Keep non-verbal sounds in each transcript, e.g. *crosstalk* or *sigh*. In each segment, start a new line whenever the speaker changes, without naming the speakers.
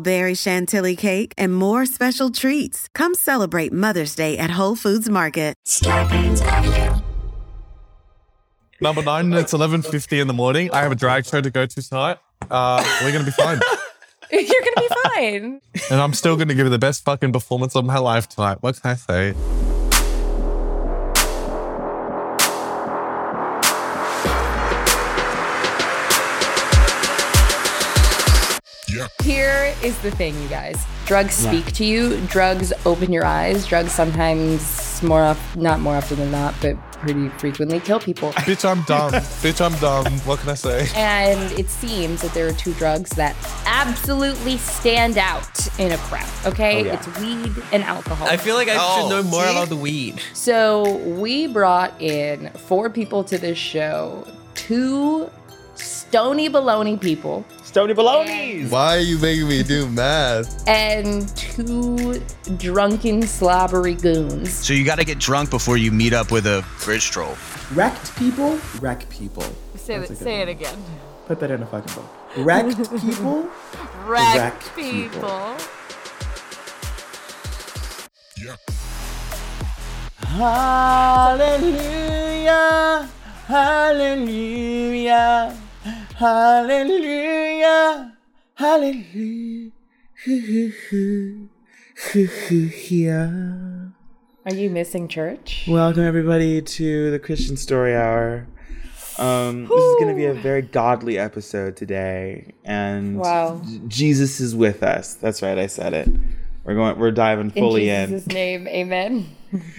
berry chantilly cake, and more special treats. Come celebrate Mother's Day at Whole Foods Market.
Number nine, it's 11.50 in the morning. I have a drag show to go to tonight. Uh, we're going to be fine.
*laughs* You're gonna be fine.
and I'm still going to give you the best fucking performance of my life tonight. What can I say?
Here is the thing, you guys. Drugs speak to you. Drugs open your eyes. Drugs sometimes more of, not more often than not, but pretty frequently
*laughs*
kill people.
Bitch, I'm dumb. Bitch, I'm dumb. What can I say?
And it seems that there are two drugs that absolutely stand out in a crowd. Okay, it's weed and alcohol.
Oh, I feel like I
Oh,
should know more
see?
about the weed.
So we brought in four people to this show, two stony baloney people
Stony Baloney's.
Why are you making me do math?
and two drunken slobbery goons.
So you got to get drunk before you meet up with a bridge troll.
Wrecked people. Wreck people.
Say,
That's a
it,
good
say it
one.
again.
Put that in a fucking book.
*laughs*
Wrecked people.
Wreck,
Wreck people.
people.
Hallelujah. Hallelujah. Hallelujah. Hallelujah.
Are you missing church?
Welcome everybody to the Christian Story Hour. Um, this is going to be a very godly episode today, and
Wow.
J- Jesus is with us. That's right, I said it. We're going. We're diving
In
fully in.
Jesus' name, amen.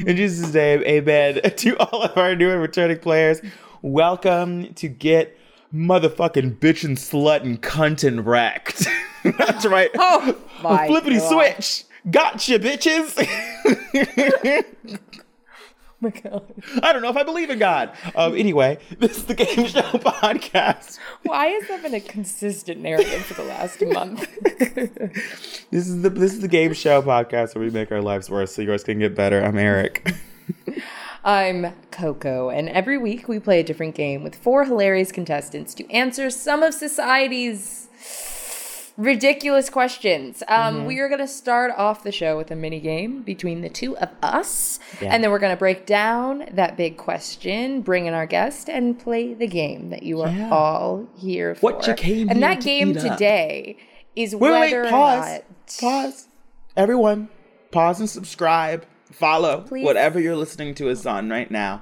In Jesus' name, amen. *laughs* To all of our new and returning players, welcome to get motherfucking bitch and slut and cunt and wrecked. *laughs* That's right. Oh,
*laughs* my
flippity
God.
switch. Gotcha, bitches. *laughs*
Oh my God.
I don't know if I believe in God. Um, anyway, this is the Game Show *laughs* Podcast.
*laughs*
*laughs*
Why has that been a consistent narrative for the last month?
This is the this is the Game Show Podcast where we make our lives worse so yours can get better. I'm Eric. *laughs*
I'm Coco, and every week we play a different game with four hilarious contestants to answer some of society's ridiculous questions. Um,
Mm-hmm.
We are going to start off the show with a mini game between the two of us, and then we're going to break down that big question, bring in our guest, and play the game that you are all here for.
What you came
and
here
that
to
game
eat up.
today is
Wait, wait,
whether
wait,
or
pause.
not.
Pause. Everyone, pause and subscribe. Follow
Please.
whatever you're listening to us on right now.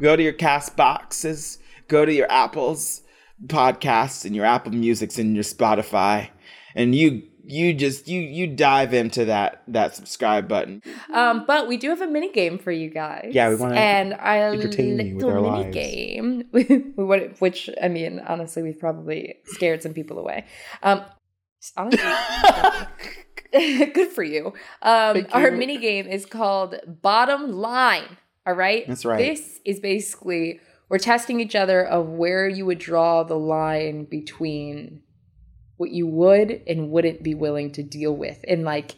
Go to your cast boxes, go to your Apple's podcasts and your Apple Music's and your Spotify. And you you just you you dive into that that subscribe button.
Um, but we do have a mini game for you guys.
Yeah, we wanna
and a
entertain you with
little
our
mini
lives.
game. *laughs* we want- which I mean, honestly, we've probably scared some people away. Um,
*laughs*
honestly, *laughs* good for you. Um,
Thank
Our
you.
mini game is called Bottom Line. All right,
That's right.
This is basically we're testing each other of where you would draw the line between what you would and wouldn't be willing to deal with and like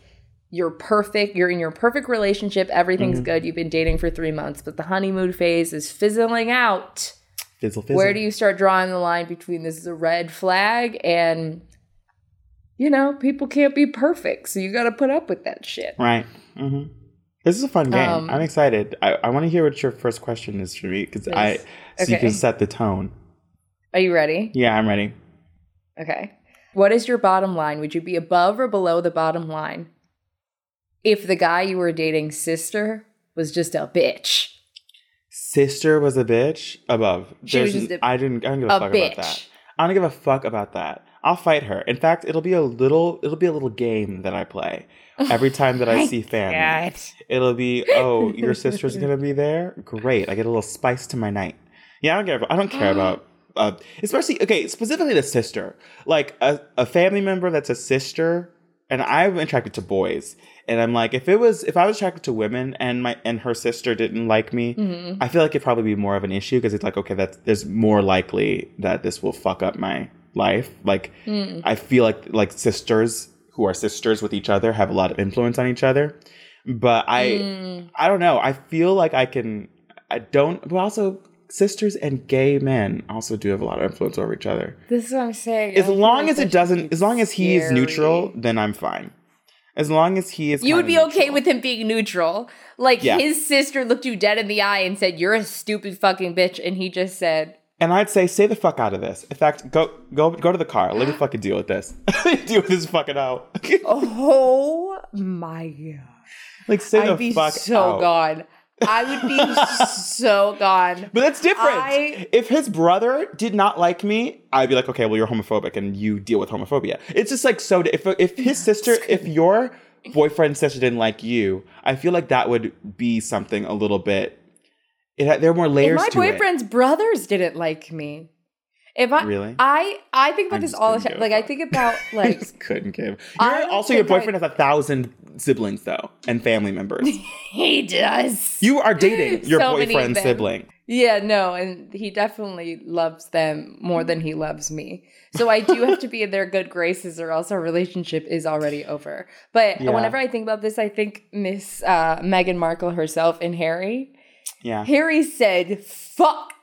you're perfect you're in your perfect relationship everything's
Mm-hmm.
good you've been dating for three months but the honeymoon phase is fizzling out
Fizzle fizzle.
where do you start drawing the line between this is a red flag and you know people can't be perfect so you got to put up with that shit
Right. hmm This is a fun game.
Um,
I'm excited. I, I want to hear what your first question is for me because I
Nice.
so you
Okay.
can set the tone.
are you ready
Yeah, I'm ready.
okay what is your bottom line would you be above or below the bottom line if the guy you were dating sister was just a bitch.
Sister was a bitch. Above.
She was
There's n-
just a-
I didn't. I don't give a,
a
fuck about that.
bitch.
I don't give a fuck about that. I'll fight her. In fact, it'll be a little. It'll be a little game that I play
*laughs*
every time that I see family. It'll be oh,
*laughs*
your sister's gonna be there. Great. I get a little spice to my night. Yeah, I don't care. I don't care about. Uh, especially okay, specifically the sister, like a, a family member that's a sister, and I'm attracted to boys, and I'm like, if it was, if I was attracted to women, and my and her sister didn't like me, I feel like it'd probably be more of an issue because it's like, okay, that's there's more likely that this will fuck up my life. Like, I feel like like sisters who are sisters with each other have a lot of influence on each other, but I I don't know. I feel like I can. I don't. But also, sisters and gay men also do have a lot of influence over each other.
This is what I'm saying.
As long as it doesn't, as long as he is
scary.
neutral, then I'm fine. As long as he is,
You would be
kinda
okay
neutral.
with him being neutral. Like
Yeah.
his sister looked you dead in the eye and said, You're a stupid fucking bitch. And he just said,
And I'd say, stay the fuck out of this. In fact, go go go to the car. Let me fucking deal with this. *laughs* deal with this fucking out.
Oh my God.
*laughs* like stay the
I'd be
fuck
so
out.
gone. I would
*laughs*
be so gone.
But that's different.
I-
If his brother did not like me, I'd be like, okay, well, you're homophobic and you deal with homophobia. It's just like so. di- If if his sister, if your boyfriend's sister didn't like you, I feel like that would be something a little bit. It, had- there are more
If
layers
my
to it.
boyfriend's brothers didn't like me. If I
Really?
I I think about
I
this
just
all the
couldn't give
time. Like
a
I
fuck.
think
*laughs*
about
I
like
*laughs* just couldn't give.
I
You're,
don't
also, your
think I-
boyfriend has a thousand siblings though, and family
*laughs*
members.
he does.
you are dating
*laughs*
your
So many of
boyfriend's
them.
sibling.
Yeah, no, and he definitely loves them more than he loves me. So I do have to be in their good graces, or else our relationship is already over. But
*laughs* Yeah.
whenever I think about this, I think Miss uh, Meghan Markle herself and Harry.
Yeah,
Harry said, "Fuck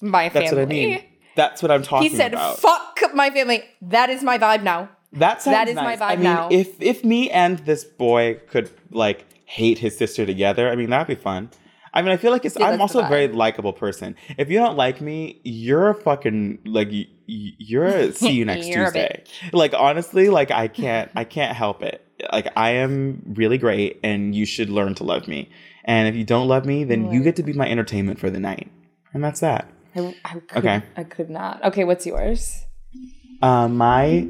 my family."
that's what I mean. That's what I'm
He
talking
said,
about.
"Fuck my family." That is my vibe now.
That sounds
That is my
nice.
vibe
I mean,
now.
if if me and this boy could like hate his sister together, I mean that'd be fun. I mean, I feel like it's.
Yeah,
I'm
that's
also
the
a very likable person. If you don't like me, you're a fucking like y- y- you're.
*laughs*
A, see you next
You're a
Tuesday. Like honestly, like I can't. I can't help it. Like I am really great, and you should learn to love me. And if you don't love me, then you get to be my entertainment for the night, and that's that.
I, I could,
Okay.
I could not. Okay, what's yours?
Uh, my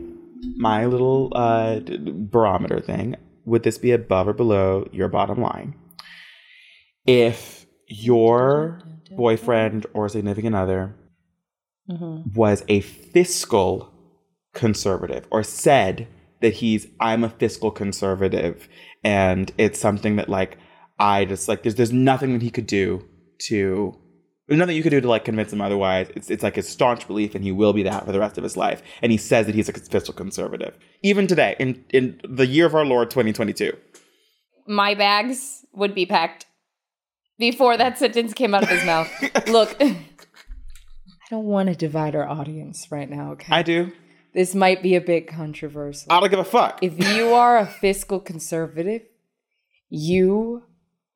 my little uh, d- barometer thing would this be above or below your bottom line? If your boyfriend or significant other was a fiscal conservative or said that he's I'm a fiscal conservative and it's something that like I just like there's there's nothing that he could do to there's nothing you could do to like convince him otherwise. It's it's like his staunch belief and he will be that for the rest of his life. And he says that he's a fiscal conservative. Even today, in in the year of our Lord 2022.
my bags would be packed before that sentence came out of
*laughs*
his mouth. Look, *laughs* I don't want to divide our audience right now, okay?
I do.
this might be a bit controversial.
I don't give a fuck.
if you are a fiscal conservative, you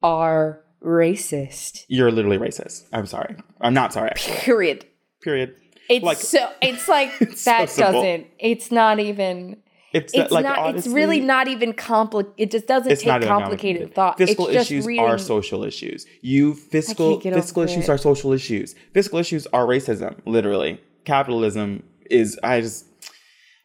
are racist.
You're literally racist. I'm sorry. I'm not sorry, actually.
Period.
Period.
It's
Like-
so it's
*laughs*
like that
so simple.
doesn't it's not even
It's,
it's
like
not
honestly,
it's really not even complicated it just doesn't
it's not
take
even
complicated thought.
Fiscal
it's just
issues
reading
are social issues. You fiscal
can't get over
fiscal issues
it.
are social issues. Fiscal issues are racism, literally. Capitalism is I just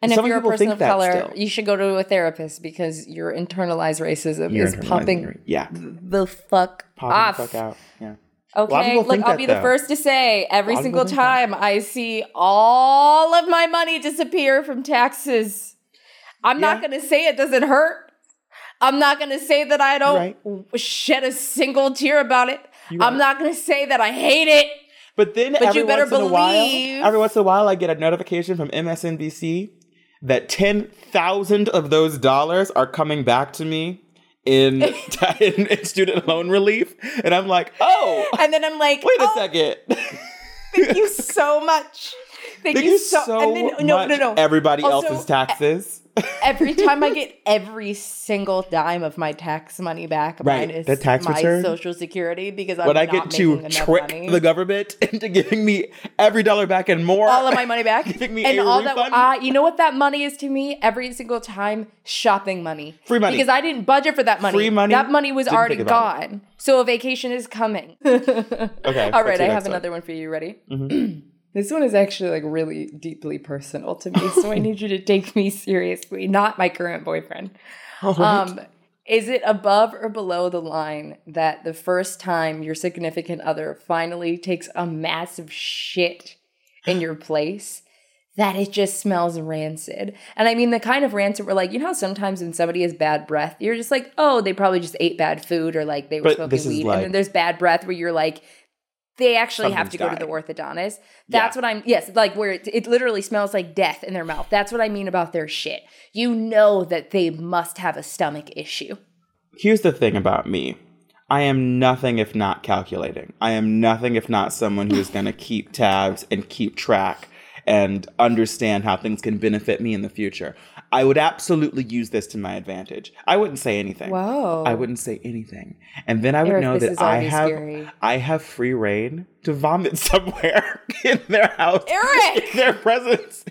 And
Some
if you're a
people
person
think
of
that
color,
still.
you should go to a therapist because your internalized racism
you're
is
internalizing
pumping
your- Yeah.
the fuck off.
Popping the fuck out. Yeah. lot of
Okay,
people
look,
think
I'll
that,
be the
though.
first to say every
lot of
single
people think that.
time I see all of my money disappear from taxes. I'm not
Yeah.
going to say it doesn't hurt. I'm not going to say that I don't
Right.
w- shed a single tear about it. I'm not going to say that I hate it.
But then
you
every
better
once in a
believe-
while, every once in a while, I get a notification from MSNBC that ten thousand of those dollars are coming back to me
*laughs*
in, *laughs* in, in student loan relief, and I'm like, oh,
And then I'm
*laughs*
like,
wait a
"Oh,
second. *laughs*
thank you so much. Thank,
Thank you so
and then-
much. Everybody
Also, eh,
else's taxes.
Every time
*laughs*
I get every single dime of my tax money back,
Right,
minus
the tax
my
return.
social security, because I'm
But I
not
get to
making enough
trick
money.
the government *laughs* into giving me every dollar back and more.
all of my money back
*laughs* Giving me
and
a
all that
refund?
uh, you know what that money is to me every single time shopping money
Free money.
because i didn't budget for that money
Free money.
that money was
Didn't
already
think about
gone so a vacation is
*laughs*
coming *laughs* okay all
what's
right
your
i
next
have
one?
another one for you ready
Mm-hmm.
*clears throat* this one is actually like really deeply personal to me
*laughs*
so i need you to take me seriously not my current boyfriend um is it above or below the line that the first time your significant other finally takes a massive shit in your place that it just smells rancid. And I mean the kind of rancid where like, you know how sometimes when somebody has bad breath, you're just like, oh, they probably just ate bad food or like they were
But this
smoking
is
weed.
like-
and then there's bad breath where you're like, they actually have to go
Something's
to the orthodontist. That's what I'm yes, like where it, it literally smells like death in their mouth. That's what I mean about their shit. You know that they must have a stomach issue.
here's the thing about me I am nothing if not calculating. I am nothing if not someone who's going to
*laughs*
keep tabs and keep track and understand how things can benefit me in the future. I would absolutely use this to my advantage. I wouldn't say anything.
Whoa.
I wouldn't say anything. And then I would
Eric,
know
this
that
is
I
already
have
scary.
I have free reign to vomit *laughs* somewhere in their house.
Eric!
In their presence.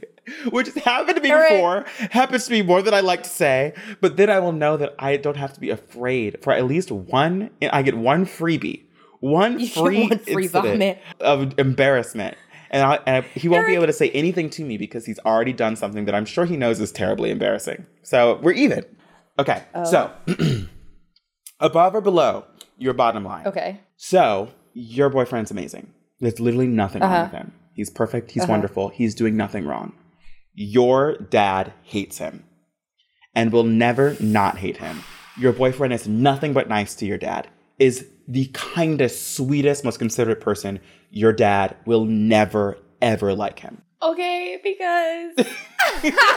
Which has happened to me
Eric!
before, happens to me more than I like to say, but then I will know that I don't have to be afraid for at least one. I get one freebie, one
*laughs* You get
free,
one free
incident
vomit.
of embarrassment, and, I, and he won't be able to say anything to me because he's already done something that I'm sure he knows is terribly embarrassing. So we're even. Okay,
Oh.
so *clears throat* above or below your bottom line.
Okay.
So your boyfriend's amazing. There's literally nothing wrong with
Uh-huh.
him. He's perfect. He's wonderful. He's doing nothing wrong. Your dad hates him and will never not hate him. Your boyfriend is nothing but nice to your dad. Is the kindest, sweetest, most considerate person. Your dad will never ever like him.
Okay, because *laughs*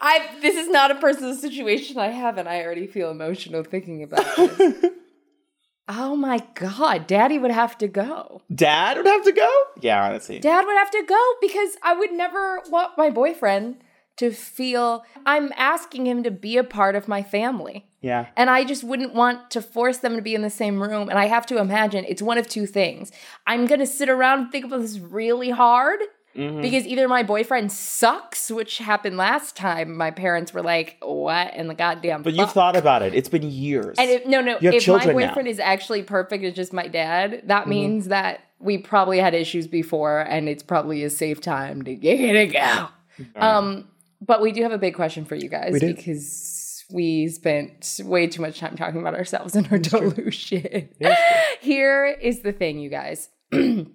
I this is not a personal situation I have, and I already feel emotional thinking about this. *laughs* oh my god, Daddy would have to go.
Dad would have to go? Yeah, honestly.
Dad would have to go because I would never want my boyfriend to feel I'm asking him to be a part of my family.
yeah.
And I just wouldn't want to force them to be in the same room. And I have to imagine it's one of two things. I'm going to sit around and think about this really hard
Mm-hmm.
because either my boyfriend sucks, which happened last time. My parents were like, what in the goddamn
But you've
fuck?"
thought about it. It's been years.
And if, no, no,
You have
if my
children now. Mm-hmm.
boyfriend is actually perfect, it's just my dad, that means that we probably had issues before and it's probably a safe time to get it go. Um, but we do have a big question for you guys
do.
because we spent way too much time talking about ourselves and
*laughs*
our delusion. Here is the thing, you guys *clears throat*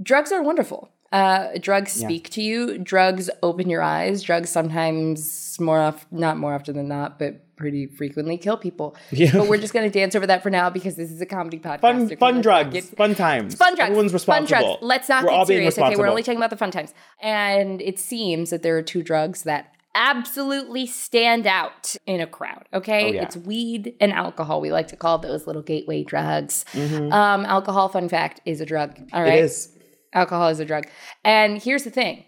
drugs are wonderful. Uh, drugs speak to you. Drugs open your eyes. Drugs sometimes more of not more often than not, but pretty frequently kill people. But we're just gonna dance over that for now because this is a comedy podcast.
fun,
If we
fun
like
drugs,
that, get-
fun times.
Fun drugs.
Everyone's responsible.
Fun drugs. Let's not
We're all being
get serious. Okay, we're
responsible.
only talking about the fun times. And it seems that there are two drugs that absolutely stand out in a crowd. Okay,
Oh, yeah.
it's weed and alcohol. We like to call those little gateway drugs. Um, alcohol, fun fact, is a drug. All right,
Mm-hmm. It is.
alcohol is a drug. And here's the thing.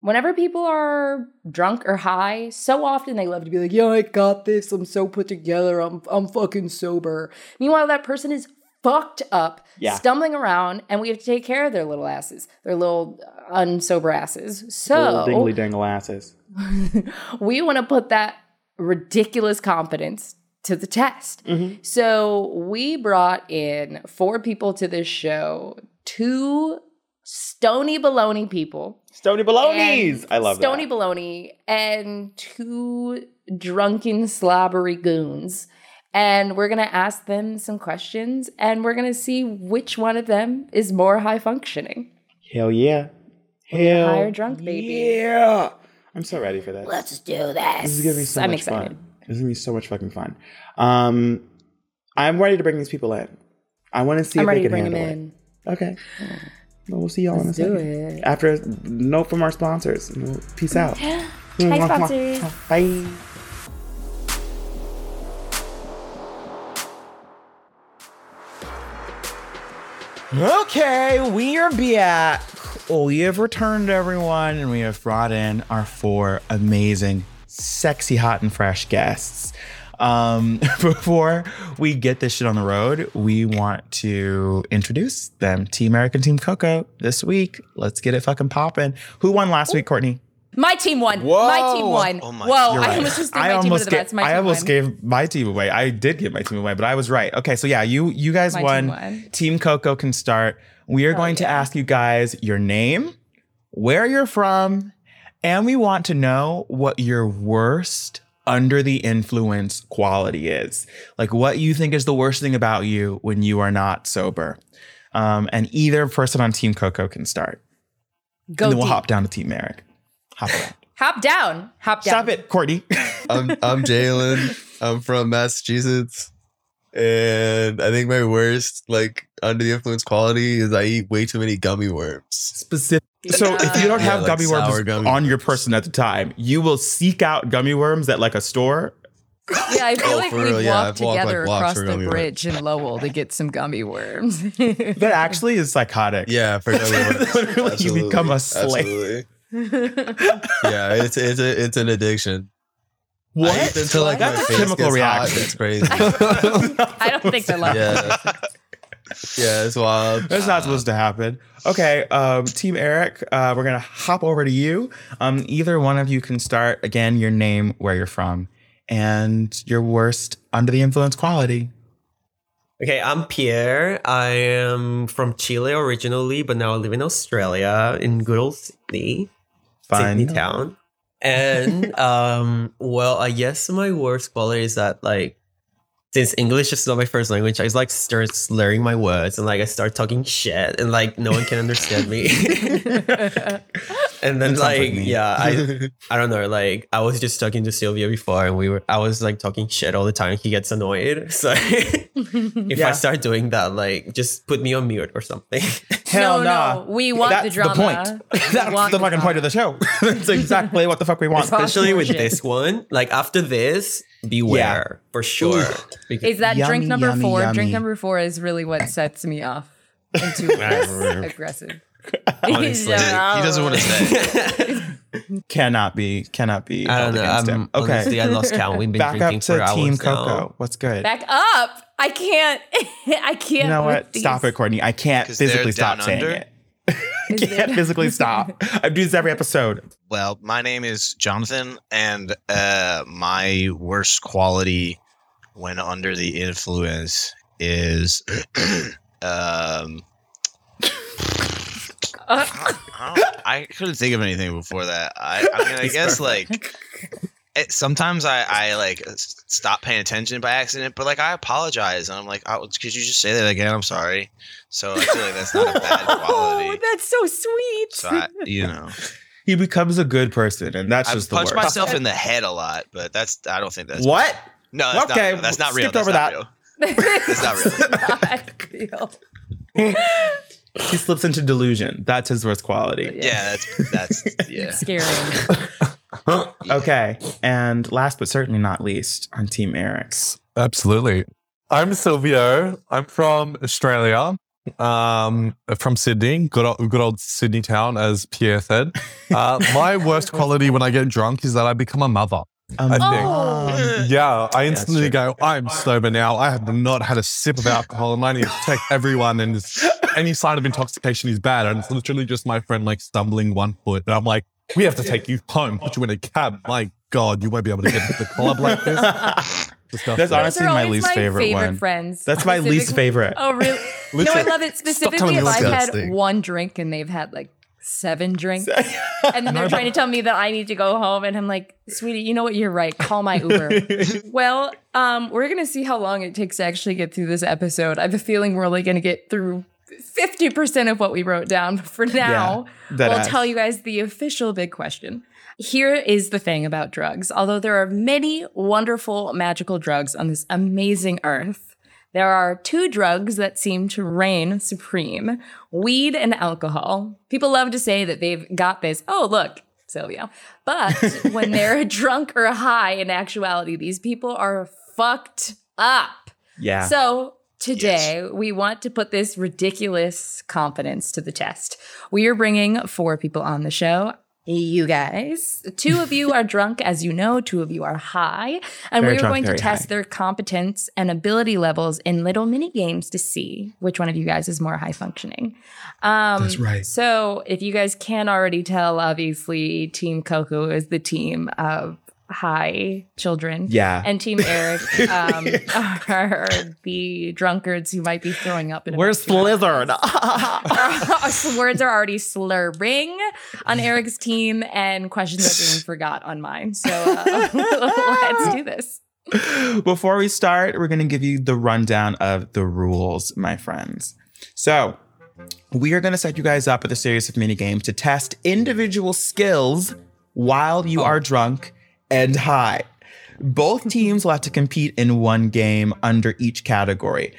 Whenever people are drunk or high, so often they love to be like, "Yo, I got this. I'm so put together. I'm I'm fucking sober." Meanwhile, that person is fucked up,
Yeah.
stumbling around, and we have to take care of their little asses, their little uh, unsober asses. So,
Little dingly dangle asses.
we want to put that ridiculous confidence to the test.
Mm-hmm.
So we brought in four people to this show, two stony baloney people.
Stony Baloney's.
and-
I love
Stony
that.
baloney and two drunken slobbery goons. And we're gonna ask them some questions and we're gonna see which one of them is more high functioning.
Hell yeah. Hell.
higher drunk, baby.
Yeah. I'm so ready for this.
Let's do this.
this is gonna be so
I'm
much
excited.
fun. This is gonna be so much fucking fun. Um, I'm ready to bring these people in. I want to see
I'm
if
ready
they
to
can
bring them
handle it.
in.
Okay. Well, we'll see y'all
Let's
in a
do
second.
it.
After a note from our sponsors. And we'll- Peace
*gasps*
out.
Hi, sponsors.
Bye. Okay, we are back. Well, we have returned everyone and we have brought in our four amazing, sexy, hot, and fresh guests. Um, *laughs* before we get this shit on the road, we want to introduce them. Team American Team Coco this week. Let's get it fucking popping. Who won last week, Courtney?
My team won. My team won.
Oh my-
Whoa,
You're
I
right.
almost just threw
I
my team
almost
under the
ga-
bus. My
I
team
almost
won.
gave my team away. I did give my team away, but I was right. Okay, so yeah, you you guys
My
won.
team won.
Team Coco can start. We are going to ask you guys your name, where you're from, and we want to know what your worst under the influence quality is. Like what you think is the worst thing about you when you are not sober. Um, and either person on Team Coco can start.
Go
and then we'll
deep.
hop down to Team Merrick.
*laughs*
Hop around.
Hop down. Hop down.
Stop it, Courtney.
I'm, I'm Jalen. I'm from Massachusetts. And I think my worst, like, under the influence quality is I eat way too many gummy worms.
specific. So if you don't
Yeah,
have
like
gummy
sour
worms
gummy
on your
worms.
person at the time, you will seek out gummy worms at like a store.
Yeah, I feel
Oh,
like
for
we
real,
walked
yeah, I've walked, like,
together
blocks
across
for
the
gummy worms.
bridge in Lowell to get some gummy worms. *laughs*
That actually is psychotic.
Yeah,
*laughs*
for gummy worms.
Literally, you
Absolutely.
become a slave.
Absolutely. yeah, it's it's a, it's an addiction.
What?
I eat them till, like,
That's
my
a
face
chemical
gets hot.
reaction.
It's crazy. *laughs*
I
*laughs*
don't think they're like
yeah. yeah, it's wild.
That's not supposed to happen. Okay, um, Team Eric, uh, we're gonna hop over to you. Um, either one of you can start. Again, your name, where you're from, and your worst under the influence quality.
Okay, I'm Pierre. I am from Chile originally, but now I live in Australia in good old Sydney,
Fine.
Sydney town.
*laughs*
And um, well, I guess my worst quality is that like, since English is not my first language, I just like start slurring my words and like I start talking shit and like no one can
*laughs*
understand me. and then
That sounds like
like
me.
yeah, I
*laughs*
I don't know. Like I was just talking to Sylvia before, and we were. I was like talking shit all the time. He gets annoyed.
*laughs*
*laughs* So if
Yeah.
I start doing that, like just put me on mute or something. *laughs*
Hell
No,
nah.
no, we want the
That's
drama.
*laughs*
We
point. That's
want
the
the
fucking point
drama.
of the show. *laughs* That's exactly what the fuck we want.
Fuck
Especially with
bullshit.
this one. Like after this, beware for sure. Because
Is that drink
Yummy,
number
yummy,
four?
yummy.
Drink number four is really what sets me off
*laughs*
into this aggressive. *laughs*
Honestly, he doesn't want to say.
Cannot be. Cannot be.
I don't
held
know.
against
I'm,
him. Okay.
honestly, I lost count. We've
*laughs*
been
back up
drinking for
to
hours
Team
now.
Coco. What's good?
Back up! I can't. *laughs* I can't.
you know
with
what?
these.
Stop it, Courtney. I can't
'Cause they're
physically
down
stop saying
under?
it. I can't physically stop. I do this every episode.
Well, my name is Jonathan, and uh, my worst quality when under the influence is. *clears throat*
*laughs*
um,
Uh.
I, don't- I couldn't think of anything before that. I, I mean, I guess like it, sometimes I, I like s- stop paying attention by accident, but like I apologize and I'm like, oh, could you just say that again? I'm sorry. So I feel like that's not a bad
*laughs* Oh,
quality.
*laughs* that's so sweet.
So I, you know,
He becomes a good person, and that's
I
just the
punch
worst.
myself in the head a lot, but that's I don't think that's
what?
no, that's
Okay,
not real. that's not real.
skipped
That's
over
not
that.
real.
it's
not real.
*laughs* not real.
He slips into delusion. That's his worst quality.
Yeah, that's that's yeah.
Scary.
Okay. And last but certainly not least, on Team Eric's.
Absolutely. I'm Silvio. I'm from Australia. Um, from Sydney, good old, good old Sydney town, as Pierre said. Uh, my worst quality when I get drunk is that I become a mother.
Um,
I think-
*laughs*
Oh.
um,
Yeah, I
that's
instantly
true.
go, I'm sober now. I have not had a sip of alcohol, and I need to check everyone. And it's- any sign of intoxication is bad. And it's literally just my friend like stumbling one foot, and I'm like, we have to take you home, put you in a cab. My God, you won't be able to get to the club like
*laughs*
this. Disgusting.
That's
Those
honestly
are
my
always
least favorite, one.
friends.
That's my least
Specifically-
favorite.
Oh really? no, I
Listen,
love it specifically
telling
if
me
I've had
disgusting.
one drink and they've had like
*laughs*
seven drinks, and then they're trying to tell me that I need to go home, and I'm like, "Sweetie, you know what? You're right. Call my Uber." well, um, we're gonna see how long it takes to actually get through this episode. I have a feeling we're only gonna get through. 50% of what we wrote down but for now.
that
we'll
ass.
tell you guys the official big question. Here is the thing about drugs. Although there are many wonderful magical drugs on this amazing earth, there are two drugs that seem to reign supreme weed and alcohol. People love to say that they've got this. Oh, look, Sylvia. But when they're drunk or high, in actuality, these people are fucked up.
Yeah.
So Today, we want to put this ridiculous confidence to the test. We are bringing four people on the show. You guys, two
*laughs*
of you are drunk, as you know, two of you are high, and
Very
we are
drunk,
going to
very
test
high.
their competence and ability levels in little mini games to see which one of you guys is more high functioning. Um,
That's right.
So, if you guys can already tell, obviously, Team Coco is the team of high children.
Yeah.
And Team Eric um, are the drunkards who might be throwing up. In *laughs*
We're slithered. *laughs*
Our words are already slurring on Eric's team, and questions are being forgot on mine. So uh, *laughs* let's do this.
Before we start, we're going to give you the rundown of the rules, my friends. So, we are going to set you guys up with a series of mini games to test individual skills while you are drunk and high. Both teams will have to compete in one game under each category.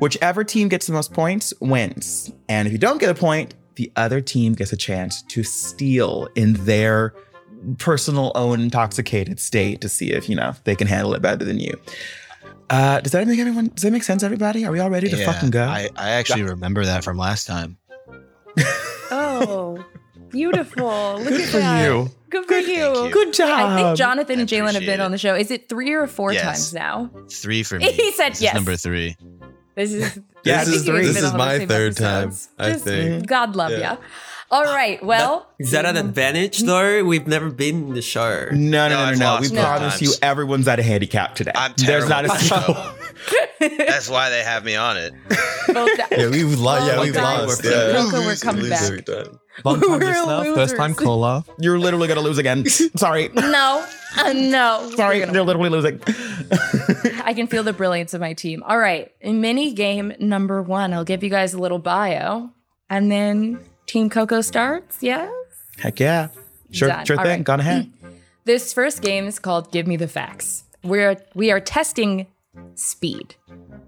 Whichever team gets the most points wins. And if you don't get a point, the other team gets a chance to steal in their personal own intoxicated state to see if, you know, they can handle it better than you. Uh, does that make everyone does that make sense, everybody? Are we all ready to fucking go?
I, I actually remember that from last time.
Oh, beautiful. Look at
for
that.
you.
Good for you.
you.
Good job.
I think Jonathan
I
and Jalen have
appreciate
been
it.
on the show. Is it three or four
Yes.
times now?
Three for me.
*laughs* He said
This is
yes.
number three.
This is
Yeah, this
I think
is
you
three.
guys
This
have been
is
on all the
my
same
third time,
episodes.
I think.
God love ya. All right. Well,
Is that an advantage though? We've never been in the show.
No,
No,
no, no,
I've
no, no.
lost
We
both
promise
times.
you, everyone's at a handicap today.
I'm
There's
terrible
not a
at the
single.
show. That's why they have me on it.
both
Yeah, we've lost. Yeah,
Well,
we've
guys,
lost.
we're
Yeah,
Coco,
We
we're
lose-
coming
we lose
back.
every time.
*laughs* Long time
We're
listener, first time
losers.
caller.
You're literally gonna lose
*laughs*
again. Sorry,
no, uh, no.
sorry.
We're
You're
gonna-
literally losing.
I can feel the brilliance of my team. All right, mini game number one. I'll give you guys a little bio, and then Team Coco starts. Yeah.
Heck yeah. Sure,
Done.
sure
All
thing.
right.
Gone
*clears throat*
ahead.
This first game is called Give Me the Facts. We're we are testing speed.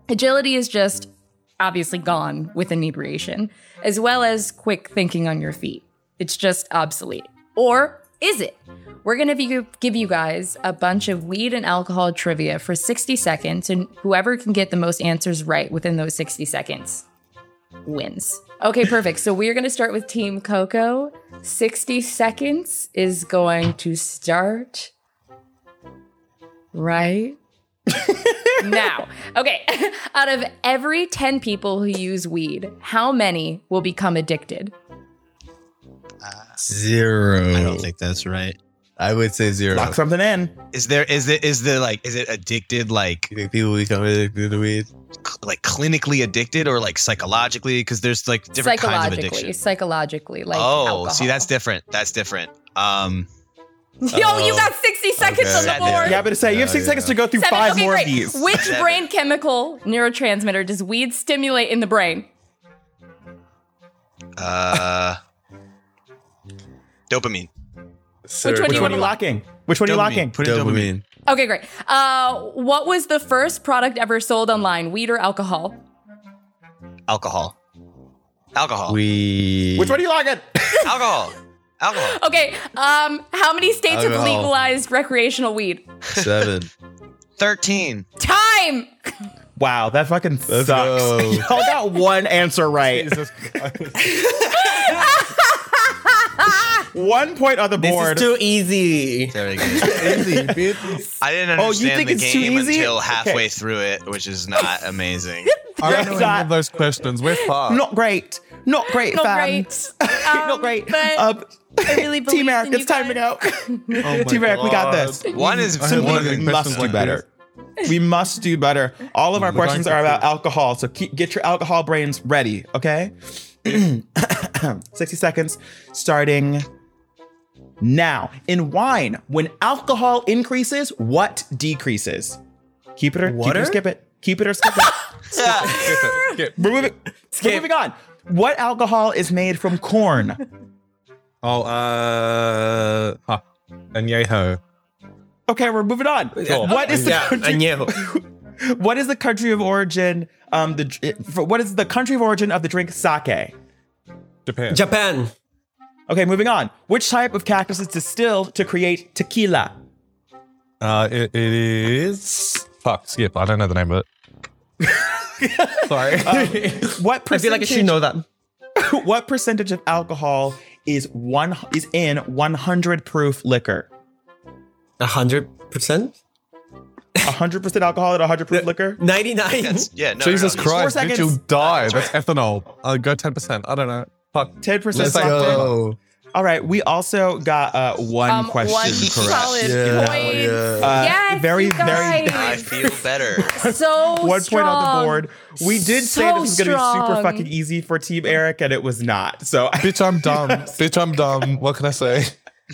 Agility is just obviously gone with inebriation, as well as quick thinking on your feet. It's just obsolete. Or is it? We're going to give you guys a bunch of weed and alcohol trivia for 60 seconds, and whoever can get the most answers right within those 60 seconds wins. Okay, perfect. So we're going to start with Team Coco. 60 seconds is going to start
*laughs*
right now. Okay. *laughs* Out of every 10 people who use weed, how many will become addicted?
Zero.
I don't think that's right.
I would say zero.
Lock something in.
Is there is it is there like is it addicted like
You think people become addicted to weed?
cl- like clinically addicted or like psychologically? Because there's like different kinds of
psychologically,
addiction.
psychologically, like
oh,
alcohol.
see that's different. That's different. Um,
*laughs* Yo,
Oh.
you got 60 seconds
okay.
on the
Sadness.
board.
Yeah, I'm gonna say you have
Yeah,
six
yeah.
seconds to go through
Seven.
five
okay,
more
great.
of these.
Which
Seven.
brain chemical neurotransmitter does weed stimulate in the brain?
uh, dopamine.
Which one do
Which
you
one
want
are
to
you
lock?
locking? Which one are you
Dopamine.
locking?
Put in dopamine.
Dopamine.
Okay, great. Uh, what was the first product ever sold online, weed or alcohol?
Alcohol. Alcohol.
Weed.
Which one are you locking?
Alcohol. Alcohol.
Okay, um, how many states have
Alcohol.
legalized recreational weed?
*laughs* Seven.
*laughs* Thirteen.
Time!
*laughs* Wow, that fucking sucks.
Let's go.
*laughs* Y'all got one answer right.
*laughs*
one point on the
This
board.
is too easy.
There we go.
*laughs*
I didn't
Oh, you
understand
think
the
it's too
game
easy?
until
Okay.
halfway through it, which is not amazing.
I
Yes,
don't remember
I-
those questions. We're far. *laughs*
Not great. Not great,
Not
fam.
great.
*laughs* Not great.
But
Um,
I really believe
*laughs* Team Eric,
in you
it's time to
guys.
go. *laughs* Team Eric, we got this.
One is
Oh I had one of
We
them
must
questions
do
like
better. We must do better. All of our
Look, I
questions
can
are about
see.
alcohol, so keep, get your alcohol brains ready, okay? *clears throat* 60 seconds starting now. In wine, when alcohol increases, what decreases? Keep it or, keep it or
Water?
skip it. Keep it or skip
*laughs*
it.
*laughs*
We're moving, we're moving on. What alcohol is made from corn?
Oh, uh, huh. añejo.
Okay, we're moving on. What is the
Yeah,
country- *laughs*
I knew.
what is the country of origin? Um, the dr- for, what is the country of origin of the drink sake?
Japan.
Japan.
Okay, moving on. Which type of cactus is distilled to create tequila?
uh, it, it is. Fuck, skip. I don't know the name of it. *laughs*
Sorry.
Uh,
what
I feel like I
percentage-
should know that.
what percentage of alcohol is one is in 100 proof liquor?
A hundred percent?
100% alcohol at 100 proof liquor?
Ninety nine. *laughs*
That's, yeah, no, no,
Jesus
no,
Christ,
Four
bitch,
seconds.
you'll die. That's ethanol. I'll go 10%. I don't know. Fuck. uh,
10%
Let's
something.
go.
All right, we also got uh, one
Um,
question
one
correct.
solid
Yeah,
point.
yeah.
Uh,
yes,
very,
you
very-
I
guys.
feel better.
*laughs* so
*laughs* One point on the
strong.
board. We did say this
So
was going to be super
strong.
fucking easy for Team Eric, and it was not. So *laughs* I
Bitch, I'm dumb. Bitch, I'm dumb. What can I say?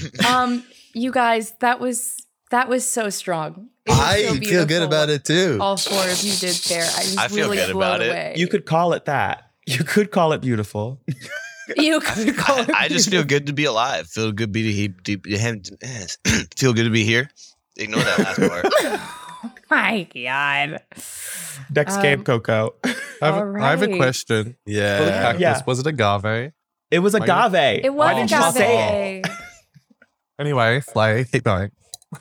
e-
Um, you guys, that was that was so strong. It was
I
so
feel good
beautiful
about
what
it too.
All four of you did there. I was
I feel
really
good
blown
about it.
away.
you could call it that. You could call it beautiful. *laughs*
you could
*laughs*
call
I,
it
I just feel good to be alive. Feel good be to he, deep, him, *clears throat* feel good to be here. Ignore that last
*laughs*
part.
*laughs* My God.
Next game,
Um,
Coco.
I have, I have a
Alright.
question. For the
Yeah.
cactus,
Yeah.
was it agave?
It was
Why you-
agave.
It was
Why didn't you say
agave.
Anyway, Flay, keep going.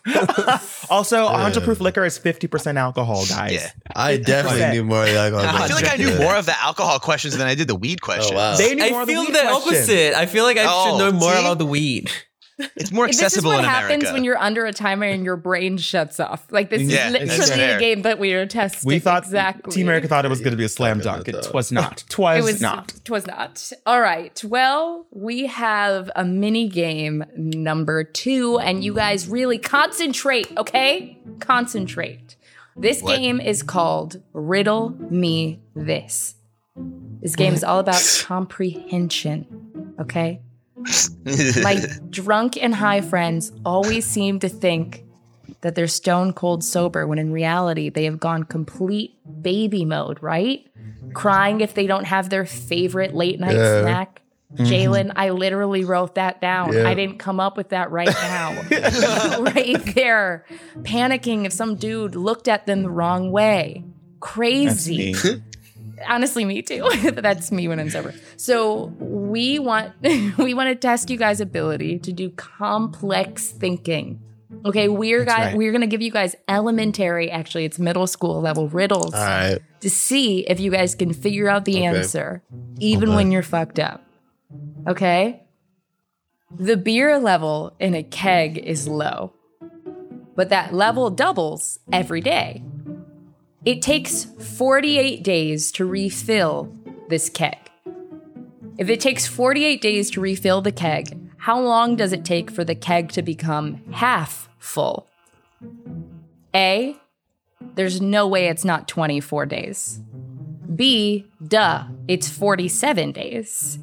it? also, 100
Yeah.
proof liquor is 50% alcohol, guys.
Yeah.
I definitely
Okay.
knew more of the alcohol.
I
than
feel like I
did.
knew more of the alcohol questions than I did the weed
Oh
question.
wow.
They knew more
I
of the
feel
weed
the
question.
opposite. I feel like I
Oh,
should know more
see?
about the weed.
It's more
This is
accessible
what
in America.
happens when you're under a timer and your brain shuts off. Like this
Yeah,
is
that's
literally
fair.
a game, but we are testing.
We thought
exactly.
Team America thought it was going to be a slam dunk. It was not. Twas
it was
not.
It was not. All right. Well, we have a mini game number two, and you guys really concentrate, okay? Concentrate. This
What?
game is called Riddle Me This. This game is
*laughs*
all about comprehension, okay?
*laughs*
My drunk and high friends always seem to think that they're stone cold sober when in reality they have gone complete baby mode, right? Crying if they don't have their favorite late night
Yeah. Mm-hmm.
snack. Jalen, I literally wrote that down.
Yeah.
I didn't come up with that
*laughs*
right now. *laughs* right there. Panicking if some dude looked at them the wrong way. Crazy
That's me.
honestly me too *laughs* that's me when i'm sober so we want *laughs* we want to test you guys ability to do complex thinking okay we're guys
right.
we're gonna give you guys elementary actually it's middle school level riddles
All right.
to see if you guys can figure out the
Okay.
answer even
Okay.
when you're fucked up okay the beer level in a keg is low but that level doubles every day it takes 48 days to refill this keg. If it takes 48 days to refill the keg, how long does it take for the keg to become half full? A, there's no way it's not 24 days. B, duh, it's 47 days.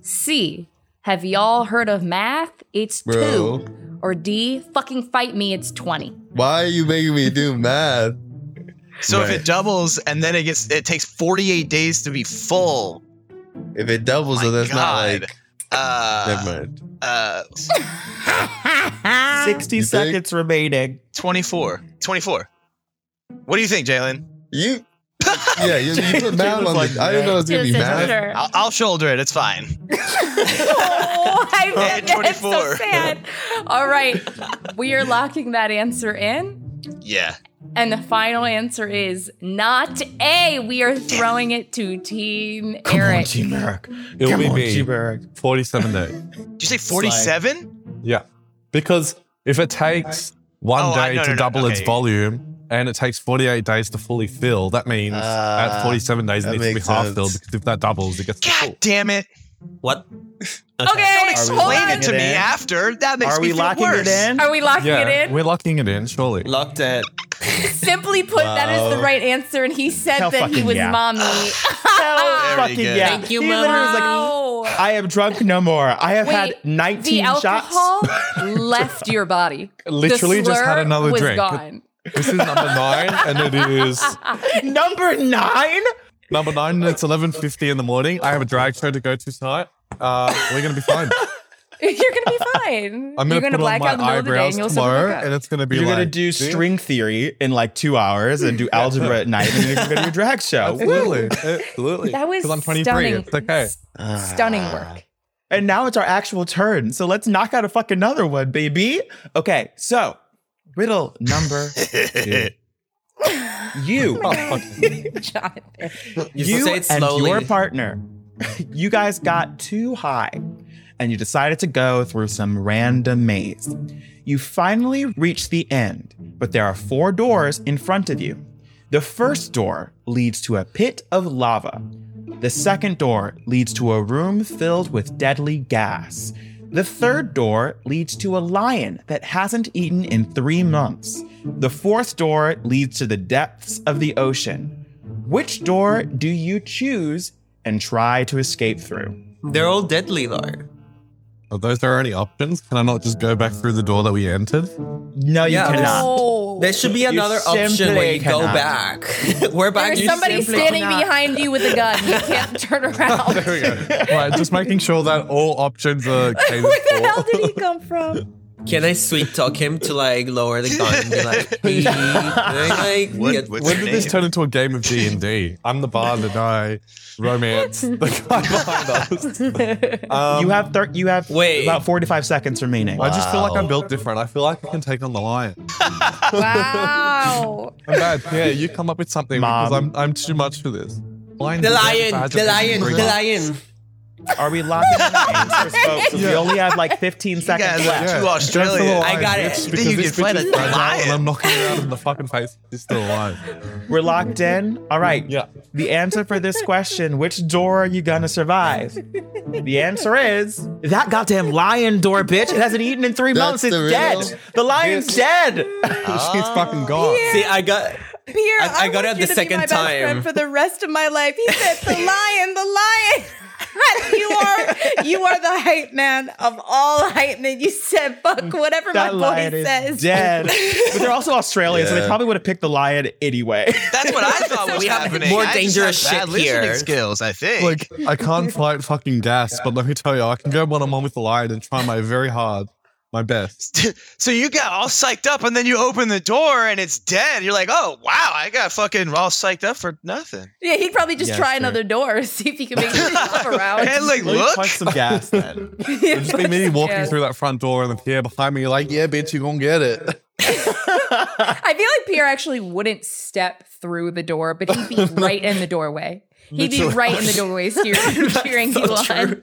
C, have y'all heard of math? It's
Bro.
two. Or D, fucking fight me, it's 20.
Why are you making me do math?
*laughs* so if
Right.
it doubles and then it gets, it takes 48 days to be full.
If it doubles, so
My
that's
God.
not like.
Uh,
Never mind.
uh,
60
You think?
seconds remaining.
24. 24. What do you think, Jalen?
You. Yeah, you, you put
Jalen
math on
was
the.
like,
I didn't know it was gonna be
Just
math.
answer.
I'll, I'll shoulder it. It's fine.
oh, I
At
that's so
24.
sad. All right, we are locking that answer in,
Yeah.
and the final answer is not A. We are throwing it to Team Eric.
Team Eric.
It'll
Come
be
on,
me.
Team Eric.
47 days.
Did you say 47?
Yeah. Because if it takes one
Oh, I-
day
no,
to
no, no,
double its
okay.
volume and it takes 48 days to fully fill, that means at 47 days it
that
needs to be
makes
half filled
sense.
because if that doubles, it gets to full.
God damn it.
What?
Okay,
Don't
hold
explain
on.
it to
it
me
in?
after. That makes
Are we
me feel
locking
worse.
it in?
*laughs* Are we locking
Yeah,
it in?
we're locking it in, surely.
Locked it.
Simply put, that is the
Wow.
right answer, and he said
Hell
that he
fucking
was
yeah.
mommy.
Very
Fucking
good.
yeah.
oh, Thank you, *laughs*
He literally was like,
Wow.
I am drunk no more. I have
Wait,
had 19
the alcohol
shots.
left your body. The
Literally just had
slur
another
was
drink.
Gone.
This is number nine, and it is
*laughs* Number nine?
number nine, and it's eleven fifty in the morning. I have a drag show to go to tonight. Uh, we're gonna be fine.
*laughs* You're gonna be fine.
I'm
You're
gonna,
gonna
put on
black out in the
my
middle of the day
eyebrows
and you'll sober
tomorrow,
back up.
and it's gonna be
You're
like
gonna do string theory in like two
*laughs*
hours and do algebra at night, and then you're gonna go to your drag show. Woo!
Absolutely, absolutely.
That was
'Cause I'm 23.
stunning.
It's okay.
Stunning work.
And now it's our actual turn. So let's knock out a
*laughs*
fucking another one, baby. Okay, so riddle number two. You,
Oh,
Ah.
Jonathan.
You
you
say it
and
slowly.
your partner, *laughs* you guys got too high and you decided to go through some random maze. You finally reach the end, but there are four doors in front of you. The first door leads to a pit of lava. The second door leads to a room filled with deadly gas. The third door leads to a lion that hasn't eaten in three months. The fourth door leads to the depths of the ocean. Which door do you choose and try to escape through?
They're all deadly though.
Are those our only options? Can I not just go back through the door that we entered?
No, you
Yeah,
cannot.
Oh.
There should be another option where
simply
you go
cannot.
back. *laughs* We're back.
There's
You
somebody
simply
standing
cannot.
behind you with a gun.
*laughs*
You can't turn around. *laughs* Where
*laughs* right, just making sure that all options
*laughs*
are catered
the
for.
hell did he come from?
Can I sweet talk him to like lower the gun and be like, "Beep," and, like
What-
get-
what's
When
your
did this
name?
turn into a game of D and D? I'm the bard and I romance the guy behind us. Um,
you have thir- you have
Wait.
about 45 seconds remaining.
I just feel like I'm built different. I feel like I can take on the lion.
Wow.
I'm bad. Yeah, you come up with something because
Mom.
I'm I'm too much for this. Lions
the
are
lion,
magical
the lion, the
creatures.
lion.
Are we locking in names for spokes? 'Cause We
Yeah.
only have like 15 seconds
guys
left.
Yeah,
are too
go for the
Australian.
lion,
I got it.
bitch,
Then
because
you
this
can fight
bitch is
a
fragile
lion.
And I'm knocking it out in the fucking face. It's still alive.
*laughs*
We're locked in. All right.
Yeah.
The answer for this question, which door are you gonna survive? The answer is that goddamn lion door, bitch. It hasn't eaten in three
That's
months. It's
the riddle?
dead. The lion's dead.
Oh,
She's fucking gone.
*laughs* See, I got.
Pierre,
I-
I,
I got
want
it
you
the
to be
second
my Best
time.
friend for the rest of my life. He said,
*laughs*
"The lion, the lion." *laughs* you are you are the hype man of all hype men. You said, "Fuck whatever
That
my
lion
boy
is
says."
dead. But they're also Australian, so they
Yeah.
probably would have picked the lion anyway.
*laughs*
That's what I thought was
We have
happening.
more
I just
dangerous
have bad
shit
listening
here.
Skills, I think.
Like I can't fight fucking gas, but let me tell you, I can go one on one with the lion and try my very hard, my best.
*laughs* so you got all psyched up, and then you open the door, and it's dead. You're like, oh wow, I got fucking all psyched up for nothing.
Yeah, he'd probably just
Yeah,
try
sure.
another door, *laughs* see if he
*laughs*
can make it up around. *laughs*
And like,
Let me
look,
Punch some gas then.
It'd just be me walking through that front door and then Pierre behind me, like, yeah, bitch, you gonna get it.
I feel like Pierre actually wouldn't step through the door, but
*laughs*
he'd be right in the doorway. He'd be right in the doorway cheering, cheering you on.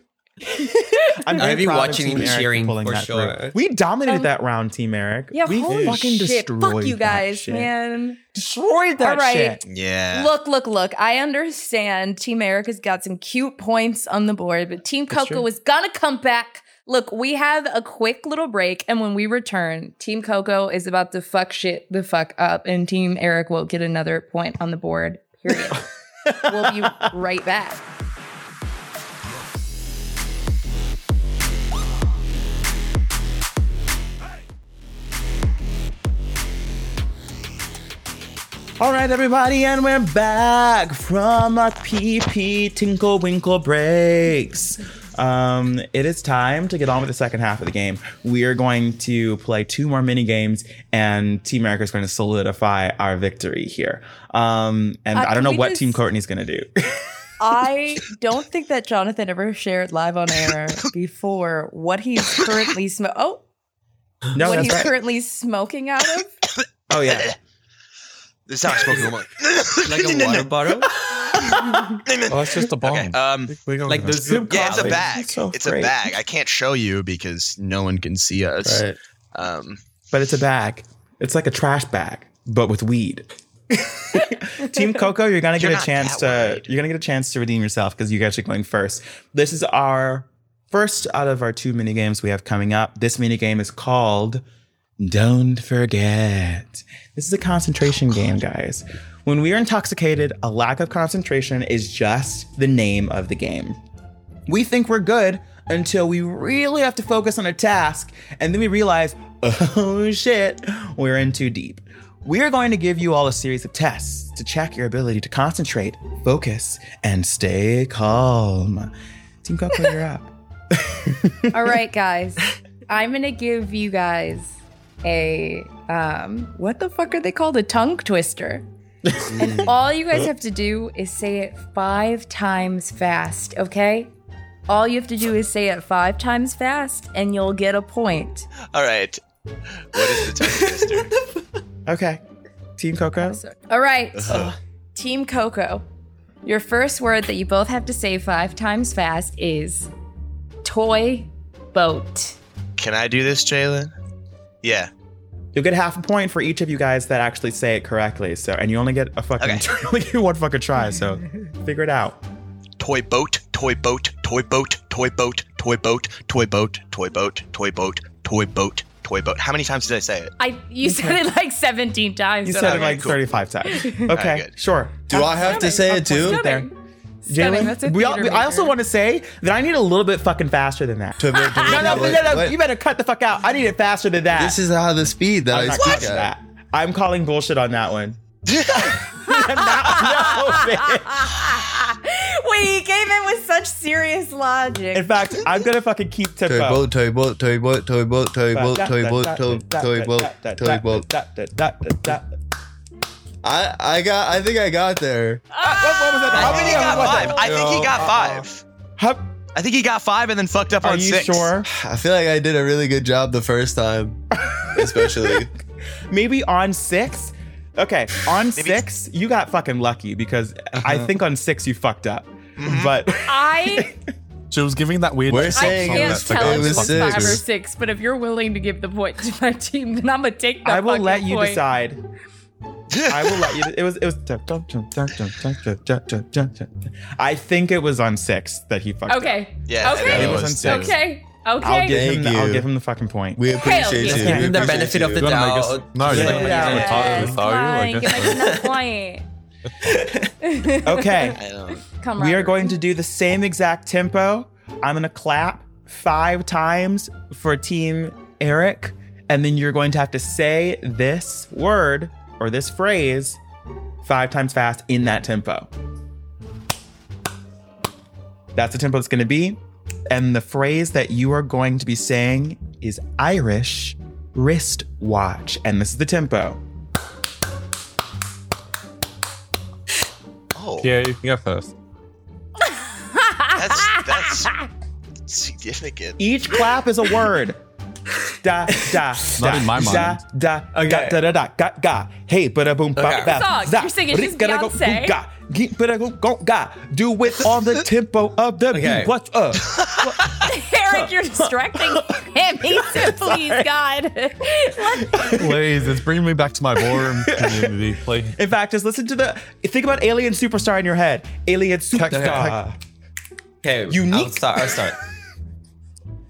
I'm very
I'd be
proud of
watching
Team
him
Eric for
cheering
pulling
for
that
sure.
through. We dominated that round, Team Eric.
Um, Yeah,
we
holy
fucking
shit!
destroyed
Fuck you
that
guys,
shit.
man.
Destroyed that
All right.
shit.
yeah.
Look, look, look. I understand Team Erica's got some cute points on the board, but Team Coco is gonna come back. Look, we have a quick little break, and when we return, Team Coco is about to fuck shit the fuck up, and Team Eric will get another point on the board.
*laughs*
Period. we'll be right back.
All right, everybody, and we're back from our PP Tinkle Winkle breaks. Um, it is time to get on with the second half of the game. We are going to play two more mini games, and Team America is going to solidify our victory here. Um, and
Uh,
I don't
can
know
we
what
just-
Team Courtney's going to do. *laughs*
I don't think that Jonathan ever shared live on air
*laughs*
before what he's currently smoking. Oh,
no,
what he's
that's right.
currently smoking out of.
Oh yeah,
This is how I spoke *laughs* to him.
Like a water bottle.
Oh, it's just a bomb.
Okay. Um.
Like those.
Yeah, it's a
Golly,
bag.
that's so
it's a
great.
bag. I can't show you because no one can see us.
Right.
Um,
but it's a bag. It's like a trash bag, but with weed.
*laughs*
Team Coco, you're gonna
You're
get a
not
chance
that
to
wide.
you're gonna get a chance to redeem yourself because you guys are going first. This is our first out of our two mini games we have coming up. This mini game is called Don't Forget. This is a
Oh,
concentration game, guys. When we are intoxicated, a lack of concentration is just the name of the game. We think we're good until we really have to focus on a task, and then we realize, *laughs* oh shit, we're in too deep. We are going to give you all a series of tests to check your ability to concentrate, focus, and stay calm. Team Coco, you're
*laughs*
up.
All right, guys. I'm gonna give you guys a um what the fuck are they called? A tongue twister. and all you guys have to do is say it five times fast, okay? All you have to do is say it five times fast and you'll get a point.
all right. What is the tongue twister?
Okay. Team Coco?
All right. Team Coco, your first word that you both have to say five times fast is toy boat.
Can I do this, Jalen? Yeah.
You'll get half a point for each of you guys that actually say it correctly. So, and you only get a fucking,
Okay.
you *laughs* only get one fucking try. So,
*laughs*
figure it out.
Toy boat, toy boat, toy boat, toy boat, toy boat, toy boat, toy boat, toy boat, toy boat, toy boat. How many times did I say it?
I you said it like 17 times.
You
so-
said it
Okay,
like
cool.
35
*laughs*
times.
Alright,
Okay,
good.
sure.
Do I have to say it too?
Stunning.
There.
Stunning, that's a
we all,
theater
I also
major.
want to say that I need a little bit fucking faster than that. *laughs*
To make- to
no,
*laughs* make-
no, no,
wait,
no, no,
wait.
You better cut the fuck out. I need it faster than that.
This is how the speed that
I'm
I
not
speak
catching
at.
that. I'm calling bullshit on that
*laughs*
one. *laughs* I'm not- no, bitch.
*laughs* Wait, he gave it with such serious logic.
In fact, I'm gonna fucking keep tempo.
Toy boat, toy boat, toy boat, toy boat, toy boat, toy boat, toy toy boat, toy boat. I I got. I think I got there.
I think he got five. I think he got
Uh-oh.
five. I think he got five and then fucked up
Are
on
you
six.
sure?
I feel like I did a really good job the first time, especially.
Maybe on six. Okay, on six, you got fucking lucky because I
Uh-huh.
think on six you fucked up.
Mm-hmm. *laughs*
But
I
She was giving that weird.
We're
I
saying
can't
it's
tell if it
it
was
was
five or
six.
six, but if you're willing to give the point to my team, then I'm gonna take that.
I will let
fucking
you
point.
decide.
*laughs*
I will let you. It was. *laughs* It was. I think it was on six that he fucked. Up.
Okay.
Yeah,
Okay.
It
That
was on
was
six.
six.
Okay. Okay.
I'll give him.
Thank
The, I'll
you.
give him the fucking point.
We appreciate
Hell
you.
yeah.
We
Give him the
appreciate
benefit of
you.
the
Gotta make us-
doubt.
No, yeah,
Yeah.
yeah,
Yeah.
Yes, fine,
I
give
guess.
me another point.
Okay.
I don't.
Come on.
We are going
*laughs*
to do the same exact tempo. I'm going to clap five times for Team Eric, and then you're going to have to say this word or this phrase five times fast in that tempo. That's the tempo it's going to be. And the phrase that you are going to be saying is Irish wristwatch. And this is the tempo.
Oh,
Yeah, you can go first.
that's *laughs* that's significant.
Each clap is a word. Da da.
Not
da,
in my
Da
mind.
da da da da da ga ga. Hey, bada boom ba
Okay.
ba.
Song.
za,
You're singing just
ricka, da, go,
Beyonce.
goo, ga, gi, bada, go, go, ga. Do it on the tempo of the
Okay.
beat. uh? What's up?
Eric, you're distracting him. He said, please, God.
*laughs*
Let-
Please, it's bringing me back to my ballroom community. Please.
In fact, just listen to the. Think about Alien Superstar in your head. Alien Superstar.
Okay,
Unique.
I'll start. I'll start.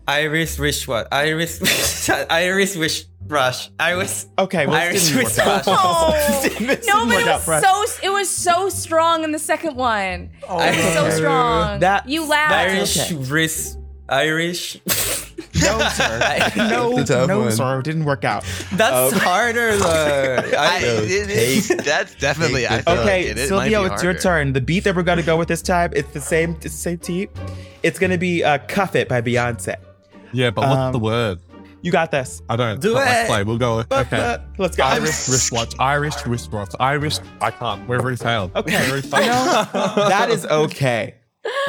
Iris wish what? Iris, *laughs* Iris wish rush. Iris.
Okay, well, this
Iris
didn't
wish
work out.
rush.
oh.
*laughs* *laughs* This
No,
didn't
but
work
it
out
was
for us.
so it was so strong in the second one. it was so
Iris-
strong.
Oh, That-
you laughed.
Irish wrist. Irish.
No, sir. No,
It's a tough
no,
one.
sir. It didn't work out.
That's harder though.
I,
I,
it is, *laughs* that's definitely. I feel
Okay,
like it, it might be
Silvio, it's your
harder.
turn. The beat that we're gonna go with this time, it's the same, it's the same beat. It's gonna be uh, "Cuff It" by Beyonce.
Yeah, but what's
Um,
the word?
You got this.
I don't.
Do
not my
it.
Play. We'll go. Okay.
Uh, let's go.
*laughs*
Irish wristwatch. Irish wristwatch. Irish. I can't. We've already failed.
Okay.
We've already failed.
that is okay.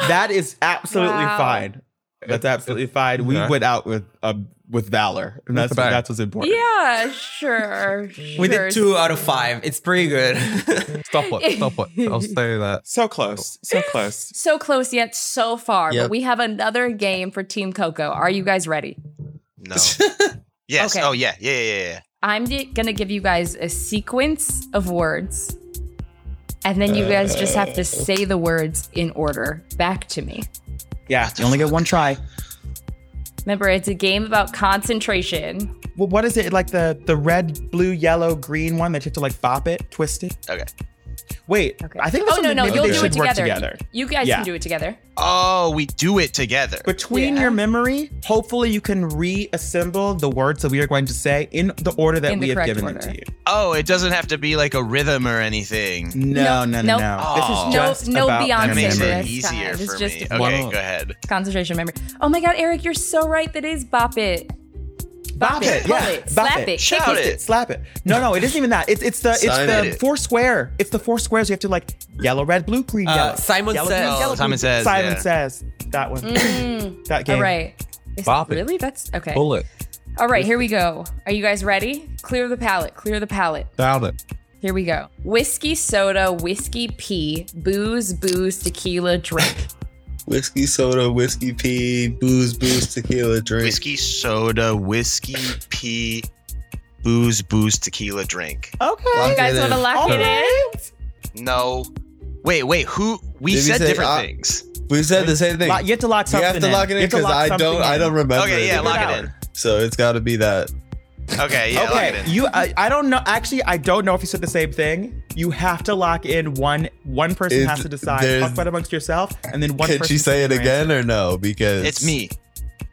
That is absolutely
Wow.
fine. That's absolutely fine. We
Okay.
went out with um, with valor, and that's
Okay.
that's what's important.
Yeah, sure.
we
sure.
did two out of five. It's pretty good. *laughs*
Stop it. Stop it. I'll say that.
So close, so close.
So close yet so far. But
Yep.
we have another game for Team Coco. Are you guys ready?
No. *laughs* yes.
Okay.
Oh yeah. Yeah. Yeah. Yeah.
I'm di- gonna give you guys a sequence of words, and then you guys just have
Uh.
to say the words in order back to me.
Yeah, you only get one try.
Remember, it's a game about concentration.
Well, what is it like the the red, blue, yellow, green one that you have to like bop it, twist it?
yeah. Okay.
Wait, I think this
Oh no,
one
no,
maybe
you'll
they
do it
should work
together.
together.
You guys
Yeah.
can do it together.
Oh, we do it together.
Between
Yeah.
your memory, hopefully you can reassemble the words that we are going to say in the order that
In the
we have
correct
given them
order.
to you.
Oh, it doesn't have to be like a rhythm or anything.
No, no, no,
nope.
no.
Oh.
This is
No-
just
no
about
Beyonce
That makes
Memory.
it
memory.
easier
It's
for
just
me.
a-
Okay,
Wow.
go ahead.
Concentration, memory. Oh my God, Eric, you're so right. That is bop it.
Bop it,
pull
yeah,
it,
bop
slap
it,
it, kick
shout
it.
it.
Slap it. No, no, it isn't even that. It's it's the it's
Sign
the
it.
four square. It's the four squares. You have to like yellow, red, blue, green,
Uh,
yellow.
Simon
Yellow,
says-
green, yellow,
Oh, Simon
blue.
Says,
Simon
yeah.
says that one. that game.
Mm. All right. Is-
Bop it.
Really? That's okay.
Pull it.
All right, here we go. Are you guys ready? Clear the palette. Clear the palette.
Doubt it.
Here we go. Whiskey soda, whiskey pee, booze, booze, tequila, drink.
Whiskey soda, whiskey pee, booze, booze, tequila, drink.
Whiskey soda, whiskey pee, booze, booze, tequila, drink.
Okay.
Lock
you guys
it
want to
in.
lock it in?
No. Wait, wait. Who? We
Did we
said
say
different
I-
things.
We said the same thing.
Lo- you have to lock
You
something
have to lock
You
it in
have to
because
lock
I
something
don't. I
in.
don't remember.
Okay, yeah,
it.
lock it in.
So it's got to be that.
Okay, yeah, lock it
okay,
in.
you. I, I don't know. Actually, I don't know if you said the same thing. You have to lock in one. One person
Is-
has to decide.
there's-
Talk about it amongst yourself, and then one.
Can
person
she say it
says your
again or no? Because
It's me.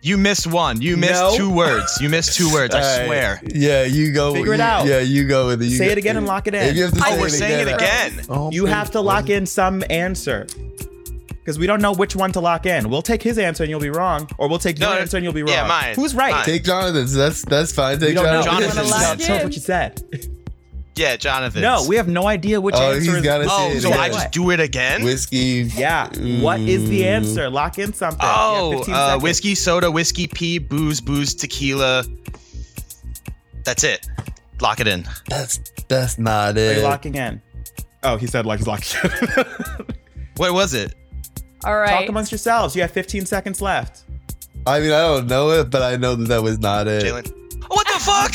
You missed one. You missed
No.
two words. You missed two words.
*laughs* All
I
right.
swear.
Yeah, you go.
Figure it
you-
out.
Yeah, you go with it. You
Say
go-
it again and lock it in.
If you have to
Oh,
say
we're
it
saying it
again,
again.
answer. You have to lock in some answer. Because we don't know which one to lock in. We'll take his answer and you'll be wrong, or we'll take
No,
your
no,
answer and you'll be wrong.
yeah, mine,
Who's right?
mine.
Take Jonathan's. That's that's fine.
we
Take
don't know.
Jonathan's.
That's
Jonathan's. Lock
not what you said.
Yeah, Jonathan.
No, we have no idea which
Oh,
answer
he's
is.
gotta say
Oh,
it
so I
again. Mm.
just do it again?
Whiskey.
Yeah. What is the
Ooh.
answer? Lock in something. You have
Oh,
15
uh,
seconds.
whiskey, soda, whiskey, pee, booze, booze, tequila. That's it. Lock it in.
That's that's not
Are you
it.
locking in? Oh, he said like he's locking in.
What was it?
All right.
Talk amongst yourselves. You have 15 seconds left.
I mean, I don't know it, but I know that that was not it.
Jalen? Oh, what
*laughs*
the fuck? what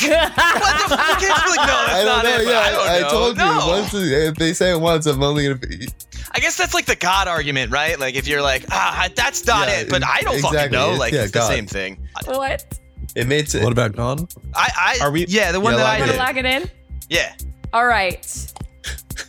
the fuck? It's like, no, that's
I don't
not
know.
it. but
Yeah,
I, don't know.
told
no.
you once. If they say it once, I'm only gonna. Be,
I guess that's like the God argument, right? Like if you're like, ah, that's not
Yeah,
it, but I don't fucking
exactly.
know.
It's-
Like
yeah,
it's
God.
the same thing.
what?
it made sense.
What about God?
I, I,
Are we-
Yeah, the one
Yeah,
that I
lock
Want
it
to
did.
lock it in?
Yeah.
All right.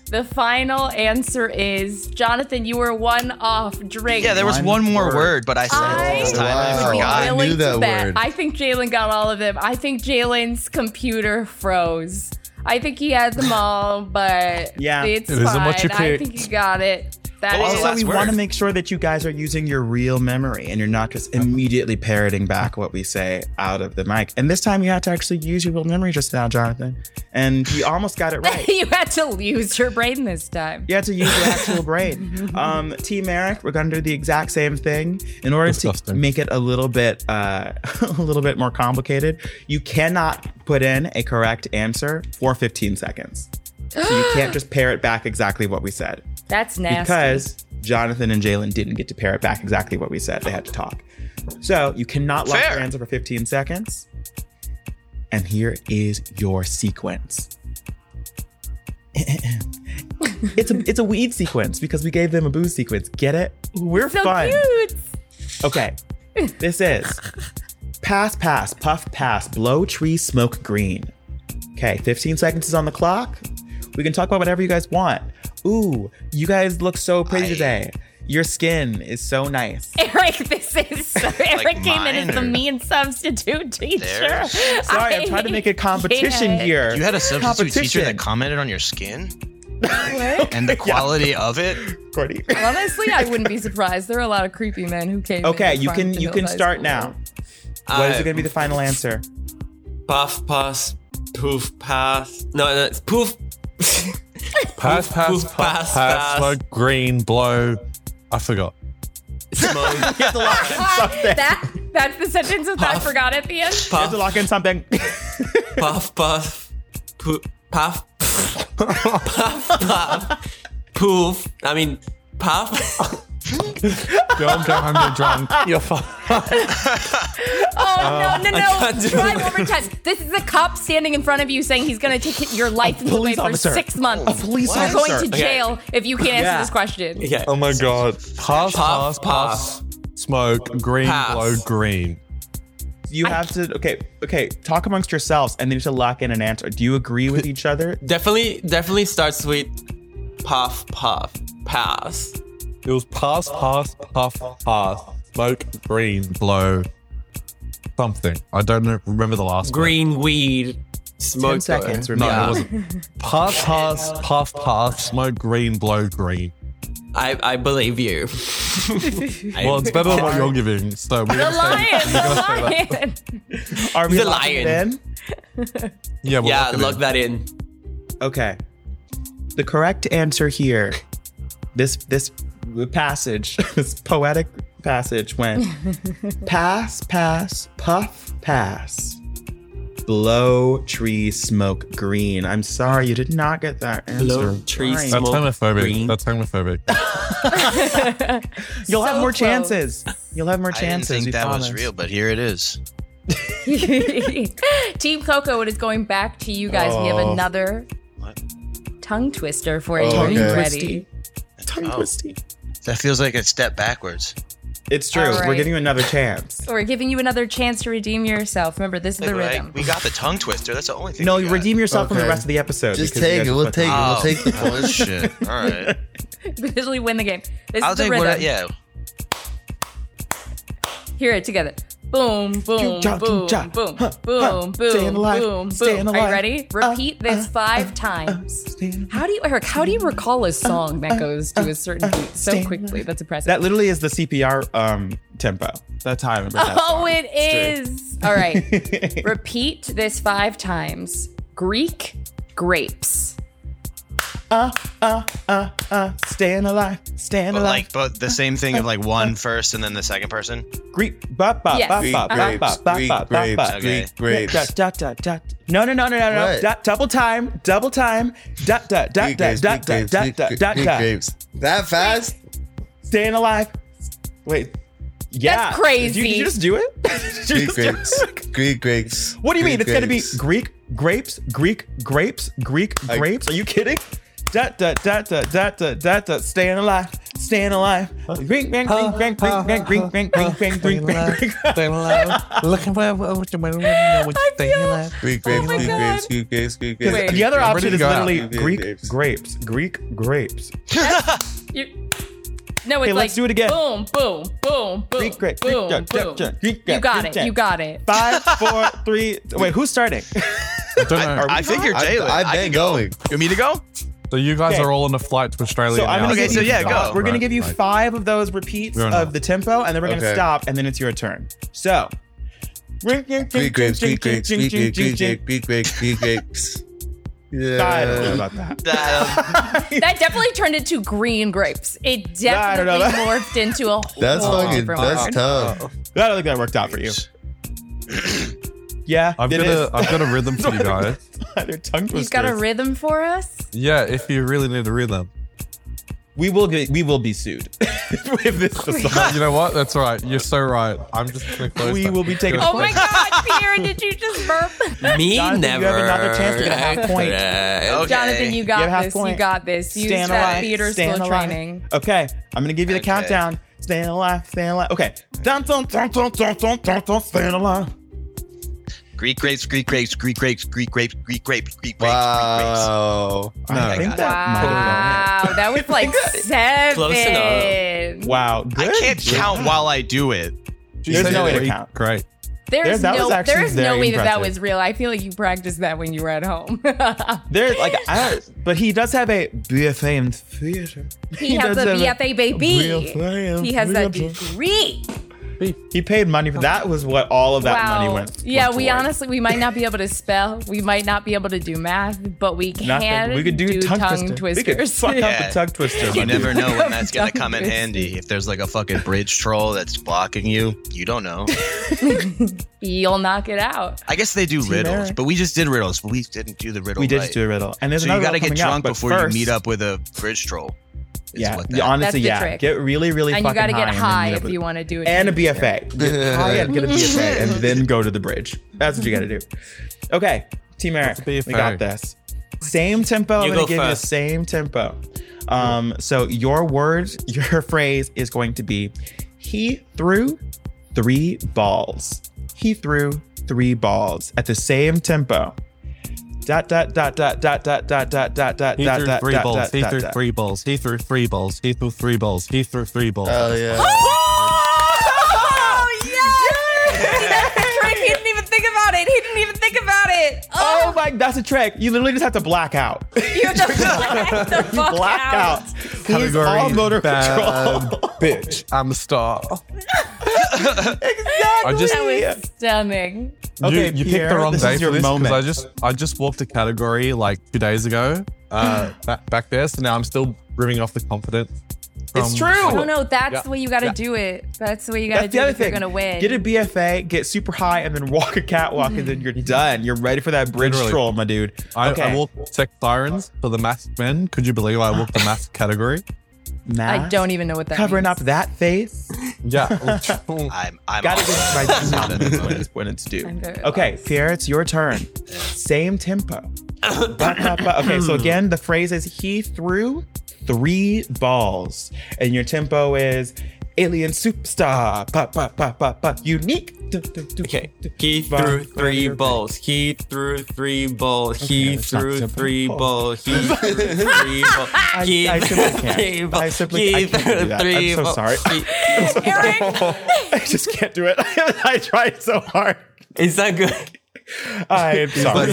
The final answer is Jonathan, you were one off drink.
Yeah, there was
One
one more
word.
word, but I said
I
it this time.
Wow.
I
would be
forgot.
I
willing
knew that
to bet.
word.
I think Jalen got all of them. I think Jalen's computer froze. I think he had them all, but
Yeah.
it's
It isn't
fine.
what you
I
picked.
think he got it. That
What was
is-
the
Also,
last
we
word.
want to make sure that you guys are using your real memory and you're not just immediately parroting back what we say out of the mic. And this time you had to actually use your real memory just now, Jonathan. And you almost got it right.
*laughs* you had to lose your brain this time.
You had to use your actual brain. Um, Team Eric, we're gonna do the exact same thing. In order to
Disgusting.
make it a little bit uh, *laughs* a little bit more complicated, you cannot put in a correct answer for 15 seconds. So you can't just pair it back exactly what we said.
That's nasty.
Because Jonathan and Jalen didn't get to pair it back exactly what we said. They had to talk. So you cannot lock
Fair.
your answer for 15 seconds. And here is your sequence. *laughs* it's a it's a weed sequence because we gave them a booze sequence. Get it? We're
so
fun.
cute.
Okay. This is pass, pass, puff, pass, blow, tree, smoke, green. Okay, 15 seconds is on the clock. We can talk about whatever you guys want. Ooh, you guys look so pretty
I-
today. Your skin is so nice.
Eric,
*laughs*
this is so, Eric came in as the
mine or-
mean substitute teacher.
Theirs?
Sorry, I'm trying to
*laughs*
*laughs*
make a competition
can't.
here.
You had a substitute teacher
Competition.
that commented on your skin
*laughs*
and the quality of it.
Courtney.
Honestly, I wouldn't be surprised. There are a lot of creepy men who came.
Okay,
in
you
from
can
the
you
Hills
can
High
start
School.
now. *laughs* What is
I-
it going to be the
*laughs*
final answer?
Puff pass, poof pass. No, no, it's poof.
Pass, pass,
Poof,
puff, pass, smoke, green, blow. I forgot.
*laughs*
Smoke,
*laughs* that that's the sentence that I forgot at the end.
You have to
puff,
lock in something. *laughs*
puff, puff, poof,
*laughs*
puff, puff, puff, poof. I mean, puff. *laughs*
Go home, go home, you're drunk.
*laughs*
You're fine.
Oh no no
can't
no!
do
Try
it.
one more time. This is a cop standing in front of you saying he's going to take your life away
police
for
officer.
six months.
A police
You're going
officer.
to jail if you can't answer
Yeah.
this question.
Okay.
Oh my God. Pass,
Puff,
pass,
puff.
pass, smoke, green,
Pass.
blow, green.
You have to okay, okay, talk amongst yourselves and then you have to lock in an answer. Do you agree with each other?
Definitely, definitely starts with puff, puff, pass.
It was pass, pass, puff, pass, smoke, green, blow, something. I don't know, remember the last one.
Green weed,
Ten
smoke.
seconds.
No,
Remember.
it wasn't. Pass, pass, puff, pass, smoke, green, blow, green.
I, I believe you.
Well, it's better than what you're giving. So we're *laughs*
The
gonna say-
lion, the lion.
Are we
The
locking it
lion.
in?
yeah, we'll
yeah,
lock it in.
lock that in.
Okay. The correct answer here, this this passage, *laughs* this poetic
*laughs*
passage went pass, pass, puff, pass, Blow tree smoke green. I'm sorry, you did not get that answer.
Blow
tree
Fine.
That's homophobic. That's homophobic.
You'll have
So
more
close.
chances. You'll have more
I didn't
chances.
think
we
that was
promise.
real, but here it is.
*laughs* Team Coco, it is going back to you guys. We have
Oh.
another tongue twister for you.
Oh,
Are you
okay.
ready?
Tongue twisty.
That feels like a step backwards.
It's true.
All right.
We're giving you another chance.
We're giving you another chance to redeem yourself. Remember, this is the
Like,
rhythm. *laughs*
we got the tongue twister. That's the only thing.
No,
we
you
got.
redeem yourself from the
Okay.
rest of the episode.
Just
because you guys
take it, we'll
put
take it,
that-
we'll take *laughs* the point. Oh, shit. All *laughs* right.
Because we win the game. This
I'll
is the
take
rhythm.
what. I, yeah.
Hear it together. Boom, boom,
cha,
boom,
cha,
boom,
huh, huh,
boom,
staying
boom,
alive,
boom,
staying
boom. Are you
alive. Uh,
ready? Repeat this five times. How do you, Eric? How do you recall a song
uh,
that goes to a certain beat so quickly? That's impressive.
That literally is the CPR um, tempo. That's how I remember that.
*laughs* Oh, it is. All
*laughs*
right. Repeat this five times. Greek grapes.
Uh, uh, uh, uh, staying alive, staying
But
alive.
like, but the same thing of like one first and then the second person.
Greek, bop, bop,
Yes.
bop,
Greek
bop, bop,
grapes,
bop, bop,
Greek
bop,
grapes,
bop, bop.
Greek
Yeah,
grapes.
dot, dot, dot, dot. No, no, no, no, no, no.
What?
Dot- Double time, double time. Dot, dot, dot,
Greek
dot,
grapes,
dot,
Greek
dot,
grapes,
dot,
Greek
dot,
gra-
dot,
Greek
dot.
grapes. That fast?
Staying alive. Wait. Yeah. Did
crazy.
you- Did you just do it? *laughs*
Greek grapes. Greek grapes.
What do you mean? It's gonna be
grapes.
Greek grapes, Greek grapes, Greek grapes. Are you kidding? Da da da da da da da da. Staying alive, staying alive. Green, green, green, green, green, green, green, green, green, green, green, green, green.
Staying alive. Looking for what you want to know. Staying alive.
Greek
Oh
grapes, Greek grapes, Greek grapes, Greek grapes.
Because *laughs* The other option is literally Greek grapes, Greek grapes.
No, it's
Hey,
like
let's do it again.
Boom, boom, boom, boom,
Greek grape,
boom,
Greek
boom.
grape, Greek
you
grape,
got
Greek
it.
grape.
You got it.
Five, four, three. Wait, who's starting?
I,
I think you're Jalen. I can go. You want me to go?
So you guys
Okay.
are all on a flight to Australia.
So I'm
now.
gonna give you, We're gonna
Right,
give you
right.
five of those repeats
Fair enough.
of the tempo, and then we're gonna
Okay.
stop, and then it's your turn. So.
Greek grapes, Greek grapes, Greek grapes, Greek grapes, Greek grapes, Greek grapes. Yeah.
I don't know about that.
um, *laughs*
that definitely turned into green grapes. It
I don't know.
definitely morphed into a whole
That's fucking.
different
That's
word.
tough.
I don't think that worked out for you. Yeah,
I've
it
got
is.
a I've got a rhythm
*laughs*
for you guys.
Your tongue
You've got a
twisters.
rhythm for us.
Yeah, if you really need a rhythm.
We will get we will be sued. *laughs* if this
Oh
you know what? That's all right. You're so right. I'm just gonna close
We
that.
will be taking
Good.
Oh my God, Pierre, did you just
*laughs*
burp?
Me
Jonathan,
never.
You have another chance to get a half point.
Jonathan, you got
Get a half
this. You
point.
got this. Use
Stand
that
alive,
theater
stand
school
alive. *laughs*
training.
Okay, I'm gonna give you the
Okay.
countdown. Staying alive, staying alive. Okay. Dun, dun, dun, dun, dun, dun, dun, dun, staying alive.
Greek grapes, Greek grapes, Greek grapes, Greek grapes, Greek grapes,
Oh,
Greek grapes.
Wow.
No, I think that
Wow, that was
*laughs*
like seven.
Close
Wow. Good.
I can't count while I do it.
There's no way to count.
Great.
There's
That was
no,
actually
there is no
very
way that that
impressive.
was real. I feel like you practiced that when you were at home. *laughs*
There's like, I, but he does have a BFA in theater.
he, has a
does have
BFA baby.
BFA in
He has a
theater.
degree.
He paid money for that. Was what all of that
wow.
money went.
yeah,
went
we
toward.
honestly we might not be able to spell, we might not be able to do math, but we can
Nothing. We could do, tongue,
twisters.
twisters. We could fuck up
Yeah.
a tongue twister.
You *laughs*
buddy.
never know when that's
Tongue
gonna come in
twister.
handy. If there's like a fucking bridge troll that's blocking you, you don't know.
*laughs* You'll knock it out.
I guess they do riddles, but we just did riddles, but we didn't do the riddle.
We did
right.
just do a riddle, and there's
so you
another
gotta
riddle coming
get
out,
drunk
but
before
first-
you meet up with a bridge troll. is
Yeah,
what
yeah,
that-
honestly,
That's the
yeah.
trick.
Get really, really
and you
fucking
gotta get
and then
high
meet up
if
with-
you want to do it.
and a BFA. *laughs* Get high and get a BFA, and then go to the bridge. That's what you gotta do. Okay, Team Eric, we got this. Same tempo.
You
I'm gonna
go
give you the
first.
same tempo. Um, so your word, *laughs* your phrase is going to be, he threw three balls. He threw three balls at the same tempo. Dot dot dot dot dot dot dot dot dot dot
He
dot
threw
dot
three
dot
balls.
dot
He
dot
threw
dot.
three balls. He threw three balls. He threw three balls. He threw three balls.
Uh,
Hell yeah.
*laughs* Oh yes! See, that's the trick. He didn't even think about it. He didn't even think about it.
Oh my, that's a trick. You literally just have to black out. *laughs*
You have to black the fuck
black Oh, out. He's
Category
all motor
bad
control. *laughs*
bitch. I'm a star.
exactly.
I just
That was stunning.
Okay,
you, you picked
Pierre,
the wrong
this
day
is
for
your
this because
moment.
I just I just walked a
*laughs*
category like two days ago uh, back, back there, so now I'm still rimming off the confidence.
It's
true.
No, no, that's
Yeah.
the way you got to
Yeah.
do it. That's the way you got to
That's
do
the
it
other
if you're
thing.
going to win.
Get a BFA, get super high, and then walk a catwalk, and then you're done. You're ready for that bridge
Literally.
stroll, my dude.
I,
Okay.
I walked sex sirens for the masked men. Could you believe I walked the masked category?
I don't even know what that
Covering
means.
up that face. *laughs*
Yeah.
Oh,
I'm, I'm
Gotta
off.
get
*laughs*
my confidence when it's, when it's due.
I'm very
Okay, Pierre, it's your turn. Same tempo. Ba, ba, ba. okay, so again, the phrase is he threw three balls, and your tempo is alien superstar. Ba, ba, ba, ba, ba, unique. Du, du, du,
Okay.
du.
He
Ba,
threw
ba,
three
ba.
balls. He threw three balls.
Okay,
He
that's not
threw
simple.
three
Oh. *laughs*
balls. He threw three balls. He
I simply can't.
three
I
balls.
simply- I
He
can't do
threw
that.
three
I'm so
balls.
sorry.
He-
*laughs* I just can't do it. *laughs* I tried so
*laughs*
hard.
It's not good.
I am sorry.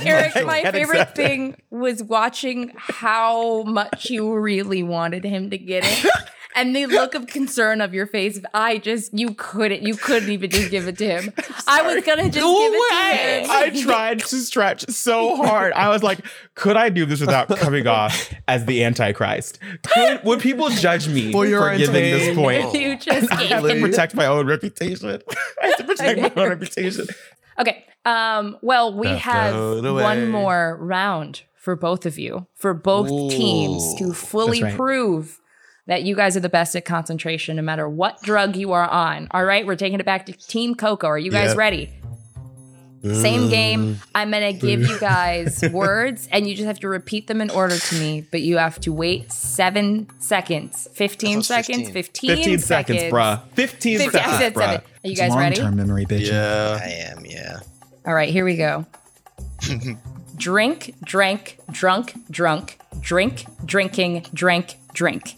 *laughs* Eric, my
Gotta
favorite
accept it.
thing was watching how much you really wanted him to get
*laughs*
it. And the look of concern of your face, I just you couldn't, you couldn't even just give it to him. I was gonna just give it to him.
I tried to stretch so hard. I was like, could I do this without coming off as the Antichrist? Could, would people judge me for,
For your
giving this
insane-
point?
*laughs* you just
*laughs* I have
gave
to
him.
protect my own reputation. *laughs* I have to protect my own reputation.
Okay. Um, well, we
Don't
have
throw it away.
one more round for both of you, for both teams to fully
That's right.
prove that you guys are the best at concentration no matter what drug you are on. All right, we're taking it back to Team Coco. Are you guys
Yep.
ready?
Mm.
Same game. I'm going to give you
*laughs*
guys words and you just have to repeat them in order to me, but you have to wait seven seconds, 15 seconds, 15,
15 seconds, bruh. 15
15
seconds,
seconds,
bruh.
seven. Are you guys ready?
Long-term memory, bitch.
Yeah.
I am, yeah.
All right, here
*laughs*
we go. drink, drank, drunk, drunk, drink, drinking, drank, drink.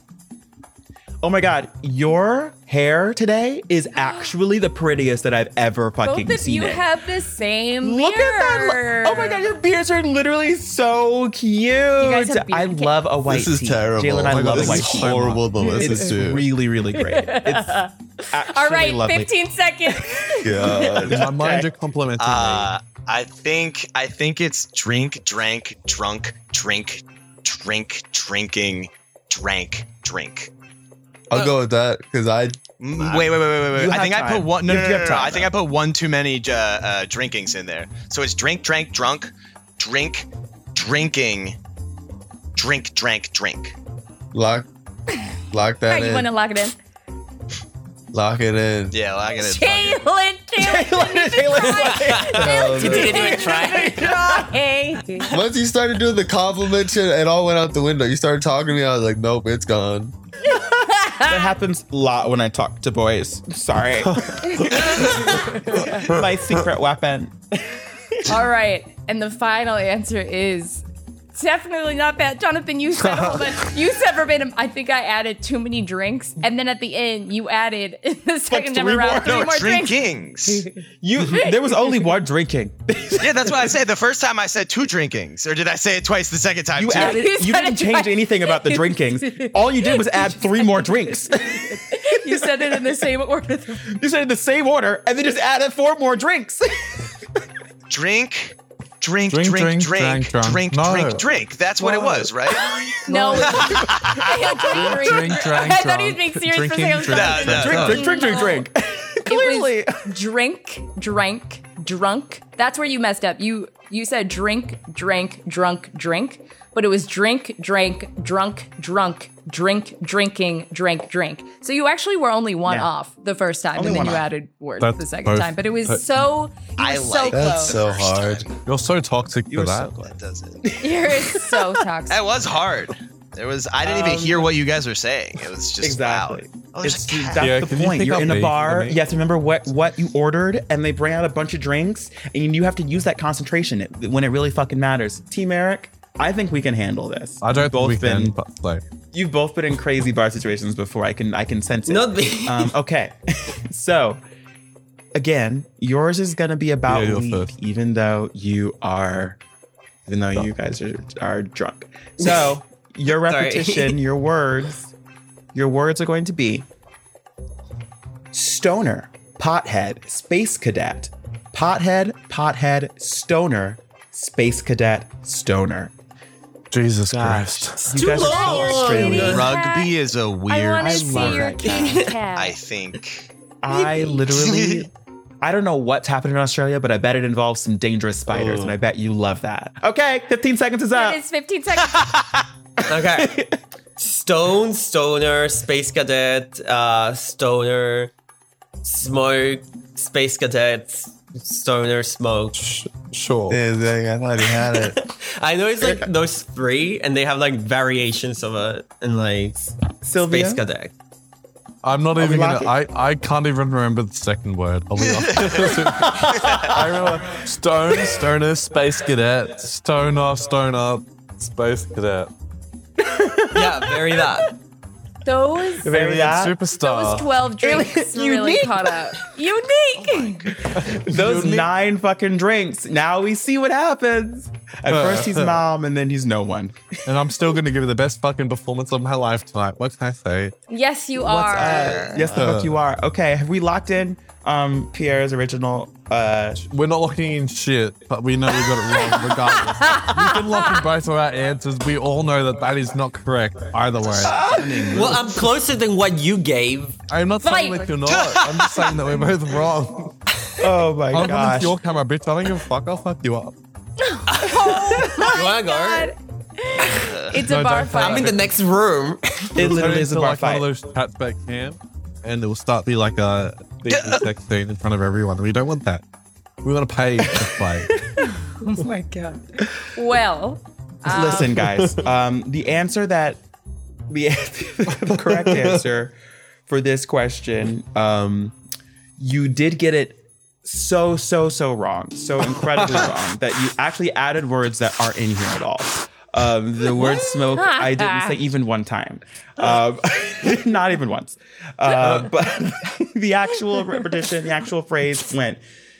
Oh my god, your hair today is actually the prettiest that I've ever fucking
Both of
seen.
you
it.
have the same
Look
beard.
at that! lo- Oh my god, your beards are literally so cute.
guys have
I
beard-
love a white.
This is
tee.
terrible.
Jalen, I
Oh my God,
love
this
a white.
is
tee.
horrible to listen
It's
to.
really, really great. *laughs* It's
All right,
lovely. *laughs*
15 seconds.
God.
My mind are complimenting
Uh, I think I think it's drink, drank, drunk, drink, drink, drinking, drank, drink.
I'll go with that because I
Mm, Wait, wait, wait, wait, wait.
You
I
have
think I put
time.
one. No,
You
no, no,
have
no, no.
time,
I think I put one too many uh, uh, drinkings in there. So it's drink, drank, drunk, drink, drinking, drink, drank, drink.
lock lock
All
that
right, you want to
in.
lock it in?
Lock it in.
Yeah, well, I gotta.
Jalen, Jalen,
Um,
Jalen.
Once you started doing the compliment shit, it all went out the window. You started talking to me. I was like, nope, it's gone.
That happens a lot when I talk to boys. *laughs* Sorry. My secret weapon.
All right, and the final answer is definitely not that. Jonathan, you said
*laughs*
hold on, you said verbatim. I think I added too many drinks, and then at the end you added *laughs* in the second
three
time around
more-
three
No,
more drinks.
drinkings.
You. There was only one drinking.
yeah, that's what I said. The first time I said two drinkings, or did I say it twice the second time?
You
too?
added.
He's
You
gotta
didn't
try-
change anything about the drinkings. All you did was add three more drinks. *laughs*
You said it in the same order.
You said it in the same order, and then just added four more drinks. *laughs*
drink,
Drink,
drink, drink,
drink,
drink, drink,
drank, drunk.
drink,
No.
drink, That's what it was, right?
No, *laughs* I, drink,
Drink, drank,
I thought he was
drunk.
being serious
Drinking,
for a second. I
drank,
was like,
drunk.
drink, drink, drink,
no.
drink.
It was drink, drank, drunk. That's where you messed up. You you said drink, drank, drunk, drink, but it was drink, drank, drunk, drunk, drink, drinking, drank, drink. So you actually were only one
Yeah.
off the first time, and then you added words
That's
the second
both-
time. But it was so you were
I
so
like that.
That's
close.
so hard.
me. You're so toxic for that.
That doesn't.
*laughs* You're so toxic.
That was hard. There was. I didn't even hear what you guys were saying. It was just
Exactly.
Wow. Oh, there's a
It's-
cat.
that's
Yeah,
the
can you
point.
pick
You're
up
in a
me?
bar.
Pick up me?
You have to remember what what you ordered, and they bring out a bunch of drinks, and you have to use that concentration when it really fucking matters. Team Eric, I think we can handle this.
I don't think
Both
we can,
been-
but like,
You've both been in crazy bar situations before. I can I can sense it.
Not
*laughs*
me.
Um, okay, so again, yours is gonna be about
Yeah, you're
weed,
first.
even though you are, even though you guys are are drunk.
*laughs*
So your
Sorry.
repetition, your words, your words are going to be stoner, pothead, space cadet, pothead, pothead, stoner, space cadet, stoner.
Jesus Christ.
You guys
are
are Australian.
Rugby
is a
weird
I
love that
*laughs*
cat.
I think.
*laughs*
I literally, I don't know what's happened in Australia, but I bet it involves some dangerous spiders, and I bet you love that. Okay, 15 seconds is up.
It is 15 seconds.
Okay.
*laughs*
Stone, stoner, space cadet, uh, stoner, smoke, space cadet, stoner, smoke.
Sure. Yeah, dang, I thought he
*laughs*
had it.
I know it's like those three, and they have like variations of it, and like
Sylvia?
space cadet.
I'm not even gonna.
lucky?
I, I can't even remember the second word. I'll be honest. *laughs* I remember stone, stoner, space cadet, stoner, stoner, space cadet.
yeah, very that.
Those
Very that. Superstar.
Uh,
Those twelve *laughs* drinks really,
unique.
caught up.
Oh
Unique.
Those nine fucking drinks. Now we see what happens. At
Uh.
first he's mom, and then he's
*laughs*
no one.
And I'm still gonna give you the best fucking performance of my life tonight. What can I say?
yes, you are.
Uh, yes, the fuck you are. Okay, have we locked in um Pierre's original? uh
We're not locking in shit, but we know we got it wrong regardless. we can lock in both of our answers. We all know that that is not correct either way.
Well, I'm closer than what you gave.
I'm not saying that you're not. I'm just saying that we're both wrong.
Oh my
I'll come
gosh.
into your camera, bitch. I don't give a fuck. I'll fuck you up.
Oh
You wanna go?
*laughs*
It's
No,
a bar
don't tell
fight.
I'm in the next room.
It literally is
Turn into, like
a bar
one
fight.
of those chats back cam, and it will start be like a big sex scene in front of everyone. We don't want that. We want to pay to play.
Oh my god. Well,
Listen, guys. Um, the answer that the, *laughs* the correct answer for this question, um, you did get it so so so wrong, so incredibly wrong that you actually added words that aren't in here at all. Um, the word smoke I didn't say even one time, um, *laughs* not even once. Uh, but *laughs* the actual repetition, the actual phrase went